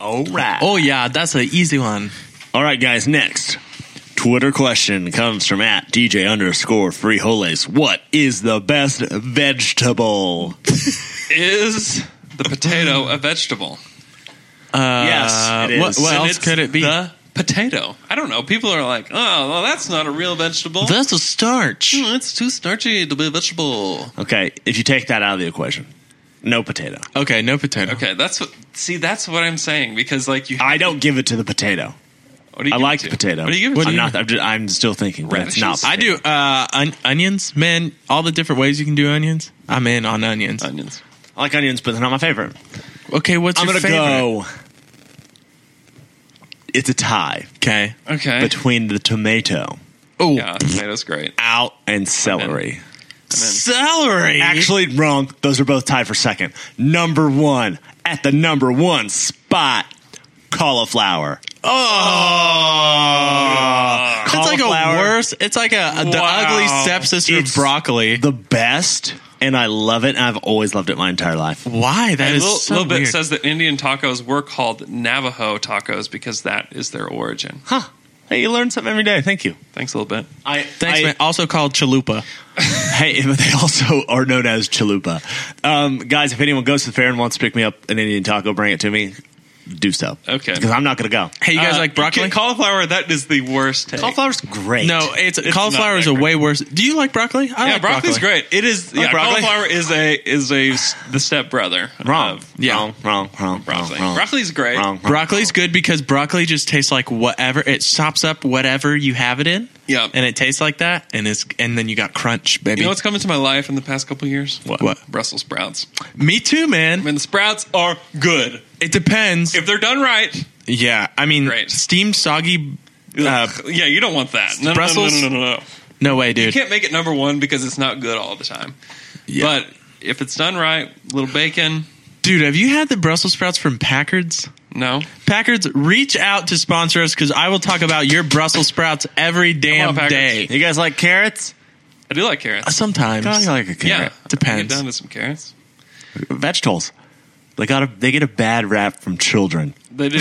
Speaker 5: All right.
Speaker 7: Oh, yeah. That's an easy one.
Speaker 5: All right, guys. Next Twitter question comes from at DJ underscore frijoles. What is the best vegetable?
Speaker 6: Is the potato a vegetable?
Speaker 5: yes, it
Speaker 7: Uh, what-
Speaker 5: is.
Speaker 7: what
Speaker 5: And
Speaker 7: else
Speaker 5: it's
Speaker 7: could it be?
Speaker 6: The potato. I don't know. People are like, oh, well, that's not a real vegetable.
Speaker 7: That's a starch.
Speaker 6: Mm, it's too starchy to be a vegetable.
Speaker 5: Okay, if you take that out of the equation, No potato.
Speaker 7: Okay, no potato.
Speaker 6: Okay, that's what. See, that's what I'm saying because like you.
Speaker 5: I don't give it to the potato.
Speaker 6: what do you
Speaker 5: I
Speaker 6: give it
Speaker 5: like
Speaker 6: to?
Speaker 5: the potato.
Speaker 6: What do you give it
Speaker 7: What
Speaker 6: to?
Speaker 5: I'm
Speaker 7: do you-
Speaker 5: not. I'm, just, I'm still thinking, but it's not.
Speaker 6: Radishes?
Speaker 7: I do uh, on- onions, man. All the different ways you can do onions. I'm in on onions.
Speaker 6: Onions.
Speaker 5: I like onions, but they're not my favorite.
Speaker 7: Okay, what's
Speaker 5: I'm
Speaker 7: your
Speaker 5: gonna
Speaker 7: favorite?
Speaker 5: go. It's a tie
Speaker 7: Okay,
Speaker 6: Okay.
Speaker 5: between the tomato
Speaker 7: oh
Speaker 6: yeah, tomato's great.
Speaker 5: out and celery.
Speaker 6: And then-
Speaker 7: celery.
Speaker 5: Actually, wrong. Those are both tied for second. Number one at the number one spot, cauliflower.
Speaker 7: oh, it's like a
Speaker 5: Cauliflower.
Speaker 7: worse. It's like a, a- the
Speaker 6: Wow.
Speaker 7: ugly stepsister
Speaker 5: It's
Speaker 7: of broccoli.
Speaker 5: The best, and I love it. And I've always loved it my entire life.
Speaker 7: Why that
Speaker 6: A
Speaker 7: is
Speaker 6: little,
Speaker 7: so
Speaker 6: little bit
Speaker 7: weird.
Speaker 6: says that Indian tacos were called Navajo tacos because that is their origin.
Speaker 5: Huh? Hey, you learn something every day. Thank you.
Speaker 6: Thanks a little bit.
Speaker 5: I
Speaker 7: Thanks,
Speaker 5: I-
Speaker 7: man. Also called chalupa.
Speaker 5: Hey, but they also are known as chalupa. Um, guys, if anyone goes to the fair and wants to pick me up an Indian taco, bring it to me. Do so.
Speaker 6: Okay.
Speaker 5: Because I'm not going to go.
Speaker 7: Hey, you guys
Speaker 6: Uh,
Speaker 7: like broccoli?
Speaker 6: ca- Cauliflower, that is the worst. Take.
Speaker 5: Cauliflower's great.
Speaker 7: no, it's, cauliflower
Speaker 6: not
Speaker 7: is
Speaker 6: that
Speaker 7: a
Speaker 6: great.
Speaker 7: way worse. Do you like broccoli? I
Speaker 6: yeah,
Speaker 7: like
Speaker 6: broccoli's
Speaker 7: broccoli.
Speaker 6: great. It is. Yeah,
Speaker 7: broccoli.
Speaker 6: cauliflower is a is a s- the step brother.
Speaker 5: Wrong.
Speaker 7: yeah.
Speaker 5: Wrong, wrong, wrong,
Speaker 6: Broccoli.
Speaker 5: wrong, wrong.
Speaker 6: Broccoli's great.
Speaker 5: Wrong, wrong.
Speaker 7: Broccoli's good because broccoli just tastes like whatever. It sops up whatever you have it in.
Speaker 6: Yeah.
Speaker 7: and it tastes like that, and it's and then you got crunch, baby.
Speaker 6: You know what's come into my life in the past couple years?
Speaker 7: What? What?
Speaker 6: Brussels sprouts.
Speaker 7: Me too,
Speaker 6: I
Speaker 7: man.
Speaker 6: mean, the sprouts are good
Speaker 7: It depends.
Speaker 6: if they're done right.
Speaker 7: yeah, I mean,
Speaker 6: Great.
Speaker 7: steamed soggy. Uh,
Speaker 6: ugh, yeah, you don't want that. No, no,
Speaker 7: Brussels-
Speaker 6: No, no, no, no, no.
Speaker 7: no way,
Speaker 6: You
Speaker 7: dude.
Speaker 6: can't make it number one because it's not good all the time.
Speaker 7: Yeah.
Speaker 6: But if it's done right, little bacon.
Speaker 7: dude, have you had the Brussels sprouts from Packard's?
Speaker 6: No,
Speaker 7: Packard's, reach out to sponsor us because I will talk about your Brussels sprouts every damn
Speaker 6: Packard's.
Speaker 7: day.
Speaker 5: You guys like carrots?
Speaker 6: I do like carrots.
Speaker 7: Sometimes.
Speaker 5: I like a
Speaker 6: Yeah,
Speaker 5: carrot.
Speaker 7: Uh, Depends.
Speaker 6: I can Get down to some carrots.
Speaker 5: Vegetables. They got a, they get a bad rap from children.
Speaker 6: They do.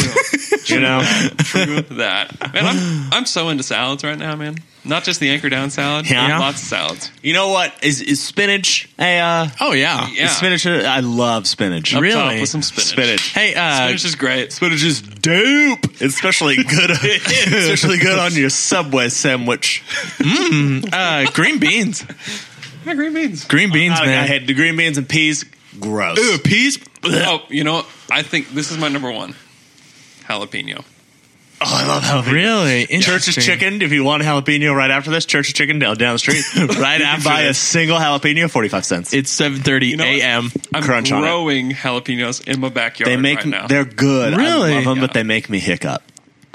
Speaker 5: You know?
Speaker 6: True that. Man, I'm I'm so into salads right now, man. Not just the anchor down salad.
Speaker 5: Yeah.
Speaker 6: lots of salads.
Speaker 5: you know what? Is is spinach a uh
Speaker 7: Oh yeah.
Speaker 6: Yeah.
Speaker 5: is spinach a, I love spinach.
Speaker 7: Really?
Speaker 6: Top with some spinach.
Speaker 5: Spinach.
Speaker 7: Hey, uh,
Speaker 6: Spinach is great.
Speaker 5: Spinach is dope. Especially good especially good on your subway sandwich.
Speaker 7: uh, green beans.
Speaker 6: Yeah, green beans.
Speaker 7: Green beans,
Speaker 5: Oh, I, I
Speaker 7: man.
Speaker 5: had the green beans and peas. Gross.
Speaker 7: Ooh, peas.
Speaker 6: Oh, you know, what? I think this is my number one. Jalapeno.
Speaker 5: Oh, I love jalapeno.
Speaker 7: Really?
Speaker 5: Church's
Speaker 7: interesting.
Speaker 5: Chicken. If you want jalapeno right after this, Church's Chicken down down the street. right
Speaker 7: after
Speaker 5: after. Buy
Speaker 7: this.
Speaker 5: a single jalapeno, forty five cents.
Speaker 7: It's 7:30
Speaker 6: know what?
Speaker 7: a.m.
Speaker 6: I'm
Speaker 5: Crunch on it.
Speaker 6: growing jalapenos in my backyard.
Speaker 5: They make
Speaker 6: right now.
Speaker 5: they're good.
Speaker 7: Really?
Speaker 5: I love them,
Speaker 6: Yeah.
Speaker 5: but they make me hiccup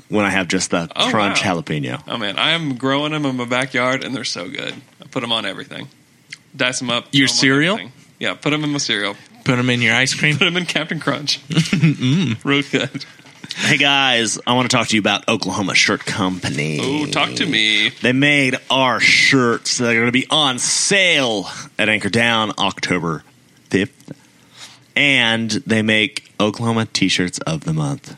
Speaker 5: when I have just the
Speaker 6: Oh,
Speaker 5: crunch
Speaker 6: wow.
Speaker 5: jalapeno.
Speaker 6: Oh man, I am growing them in my backyard, and they're so good. I put them on everything, dice them up. throw
Speaker 7: Your
Speaker 6: 'em on
Speaker 7: cereal?
Speaker 6: everything. Yeah, put them in my cereal.
Speaker 7: Put them in your ice cream.
Speaker 6: Put them in Captain Crunch.
Speaker 5: Mm.
Speaker 6: Real good.
Speaker 5: Hey guys, I want to talk to you about Oklahoma Shirt Company.
Speaker 6: Oh, talk to me.
Speaker 5: They made our shirts. They're going to be on sale at Anchor Down October 5th. And they make Oklahoma t shirts of the month.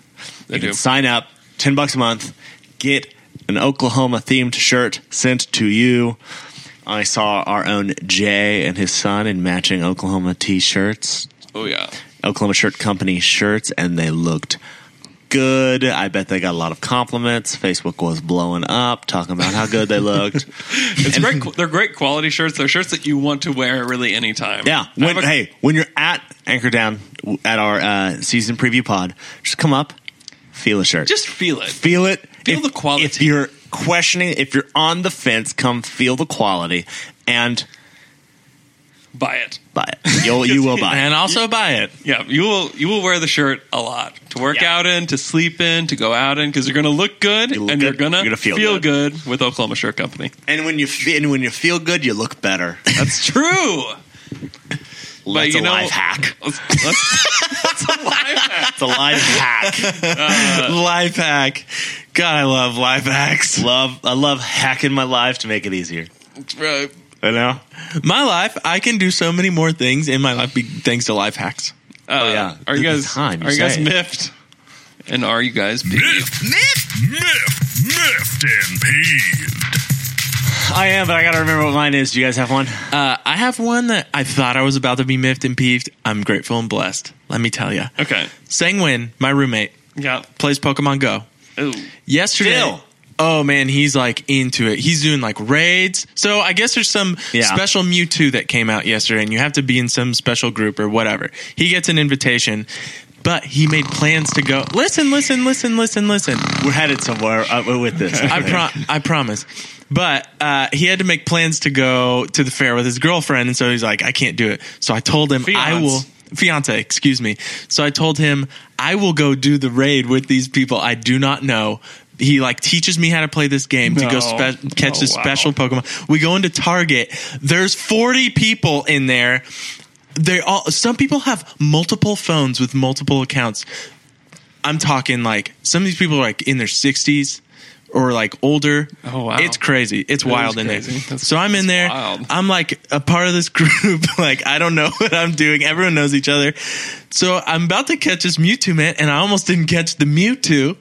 Speaker 6: They
Speaker 5: you
Speaker 6: do.
Speaker 5: can sign up, 10 bucks a month, get an Oklahoma themed shirt sent to you. I saw our own Jay and his son in matching Oklahoma t shirts.
Speaker 6: Oh yeah.
Speaker 5: Oklahoma Shirt Company shirts, and they looked good. I bet they got a lot of compliments. Facebook was blowing up talking about how good they looked.
Speaker 6: It's great. They're great quality shirts. They're shirts that you want to wear really anytime.
Speaker 5: Yeah.
Speaker 6: I have
Speaker 5: When,
Speaker 6: a-
Speaker 5: hey, when you're at Anchor Down w- at our uh, season preview pod, just come up, feel a shirt.
Speaker 6: just feel it.
Speaker 5: feel it.
Speaker 6: feel
Speaker 5: If-
Speaker 6: the quality.
Speaker 5: If you're questioning, if you're on the fence, come feel the quality and
Speaker 6: Buy it.
Speaker 5: buy it. You'll, you will buy it.
Speaker 7: And also buy it.
Speaker 6: Yeah, you will. You will wear the shirt a lot to work
Speaker 5: Yeah.
Speaker 6: out in, to sleep in, to go out in, because you're going to look good
Speaker 5: You look
Speaker 6: and you're
Speaker 5: good,
Speaker 6: going
Speaker 5: you're
Speaker 6: to
Speaker 5: gonna
Speaker 6: feel,
Speaker 5: feel
Speaker 6: good. with Oklahoma Shirt Company.
Speaker 5: And when you fe- and when you feel good, you look better. That's,
Speaker 6: It's true.
Speaker 5: that's
Speaker 6: you
Speaker 5: a
Speaker 6: know-
Speaker 5: life hack.
Speaker 6: Let's- let's- that's a life hack.
Speaker 5: It's a life hack.
Speaker 7: Life hack. God, I love life hacks.
Speaker 5: love I love hacking my life to make it easier. I know.
Speaker 7: My life, I can do so many more things in my life be- thanks to life hacks.
Speaker 6: Uh,
Speaker 5: Oh, yeah.
Speaker 6: Are you
Speaker 5: At the
Speaker 6: guys?
Speaker 5: time, you
Speaker 6: are you guys
Speaker 5: say it.
Speaker 6: miffed? And are you guys? Be-
Speaker 3: Miffed, miffed, miffed, miffed, and peeved.
Speaker 5: I am, but I gotta remember what mine is. Do you guys have one?
Speaker 7: Uh, I have one that I thought I was about to be miffed and peeved. I'm grateful and blessed. Let me tell you.
Speaker 6: okay.
Speaker 7: Sangwin, my roommate,
Speaker 6: Yeah.
Speaker 7: plays Pokemon Go.
Speaker 6: Ooh.
Speaker 7: Yesterday.
Speaker 5: Still.
Speaker 7: oh man, he's like into it. He's doing like raids. So I guess there's some
Speaker 5: Yeah.
Speaker 7: special Mewtwo that came out yesterday, and you have to be in some special group or whatever. He gets an invitation, but he made plans to go. Listen, listen, listen, listen, listen.
Speaker 5: We're headed somewhere uh, with this.
Speaker 7: I
Speaker 5: think.
Speaker 7: pro- I promise. But uh, he had to make plans to go to the fair with his girlfriend, and so he's like, I can't do it. So I told him I
Speaker 6: Fiance.
Speaker 7: will fiance, excuse me. So I told him I will go do the raid with these people I do not know. He like teaches me how to play this game to
Speaker 6: No.
Speaker 7: go spe- catch
Speaker 6: Oh,
Speaker 7: this
Speaker 6: wow.
Speaker 7: special Pokemon. We go into Target. There's 40 people in there. They all some people have multiple phones with multiple accounts. I'm talking like some of these people are like in their 60s or like older.
Speaker 6: Oh, wow.
Speaker 7: It's crazy. It's
Speaker 6: That
Speaker 7: wild
Speaker 6: is
Speaker 7: in
Speaker 6: crazy.
Speaker 7: there.
Speaker 6: That's-
Speaker 7: so I'm
Speaker 6: that's
Speaker 7: in there.
Speaker 6: wild.
Speaker 7: I'm like a part of this group. like I don't know what I'm doing. Everyone knows each other. So I'm about to catch this Mewtwo man, and I almost didn't catch the Mewtwo.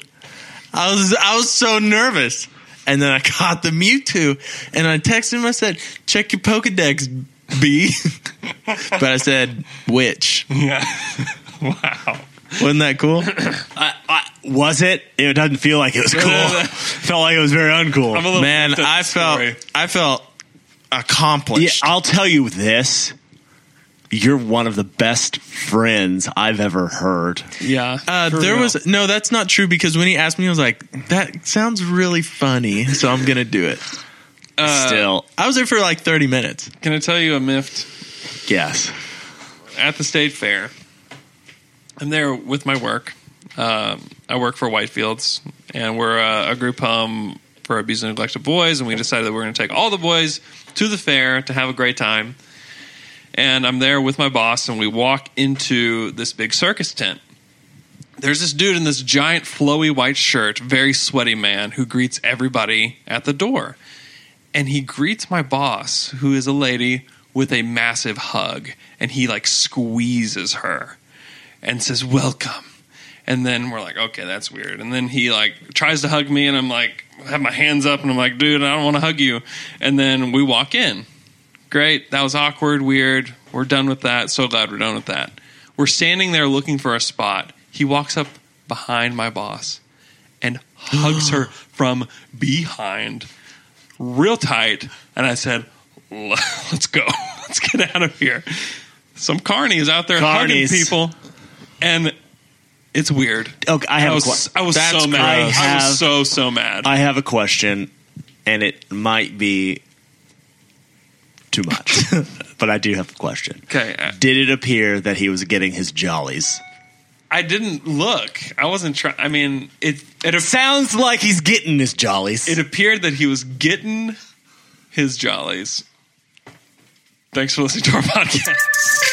Speaker 7: I was I was so nervous. And then I caught the Mewtwo and I texted him, I said, check your Pokedex, B. but I said, which?
Speaker 6: Yeah. wow.
Speaker 7: Wasn't that cool?
Speaker 5: was it? It doesn't feel like it was cool.
Speaker 6: no, no.
Speaker 5: Felt like it was very uncool.
Speaker 6: I'm a little
Speaker 7: Man,
Speaker 6: miffed at
Speaker 7: I
Speaker 6: this
Speaker 7: felt
Speaker 6: story.
Speaker 7: I felt
Speaker 5: Yeah,
Speaker 7: accomplished.
Speaker 5: I'll tell you this. You're one of the best friends I've ever heard.
Speaker 6: Yeah.
Speaker 7: uh,
Speaker 6: for
Speaker 7: there
Speaker 6: real.
Speaker 7: was no, that's not true because when he asked me, I was like, "That sounds really funny," so I'm gonna do it.
Speaker 6: Uh,
Speaker 5: Still,
Speaker 7: I was there for like 30 minutes.
Speaker 6: Can I tell you a miffed
Speaker 5: yes.
Speaker 6: at the state fair? I'm there with my work. Um, I work for Whitefields, and we're a, a group home for abused and neglected boys. And we decided that we're going to take all the boys to the fair to have a great time. And I'm there with my boss, and we walk into this big circus tent. There's this dude in this giant, flowy white shirt, very sweaty man who greets everybody at the door. and he greets my boss, who is a lady, with a massive hug, and he like squeezes her and says, "Welcome." And then we're like, "Okay, that's weird." And then he like tries to hug me, and I'm like, have my hands up, and I'm like, "Dude, I don't want to hug you." And then we walk in. Great, that was awkward, weird. We're done with that. So glad we're done with that. We're standing there looking for a spot. He walks up behind my boss and hugs her from behind real tight, and I said, "L- "Let's go, let's get out of here." Some carny is out there
Speaker 5: Carnies.
Speaker 6: hugging people, and it's weird.
Speaker 5: Okay, I have
Speaker 6: I
Speaker 5: a que-
Speaker 6: was, I was
Speaker 5: That's
Speaker 6: so mad.
Speaker 5: gross.
Speaker 6: I
Speaker 5: I have-
Speaker 6: was so so mad.
Speaker 5: I have a question, and it might be too much, but I do have a question.
Speaker 6: okay, uh, I,
Speaker 5: Did it appear that he was getting his jollies?
Speaker 6: I didn't look. I wasn't trying. I mean, it it ap-
Speaker 5: Sounds like he's getting his jollies.
Speaker 6: it appeared that he was getting his jollies. Thanks for listening to our podcast.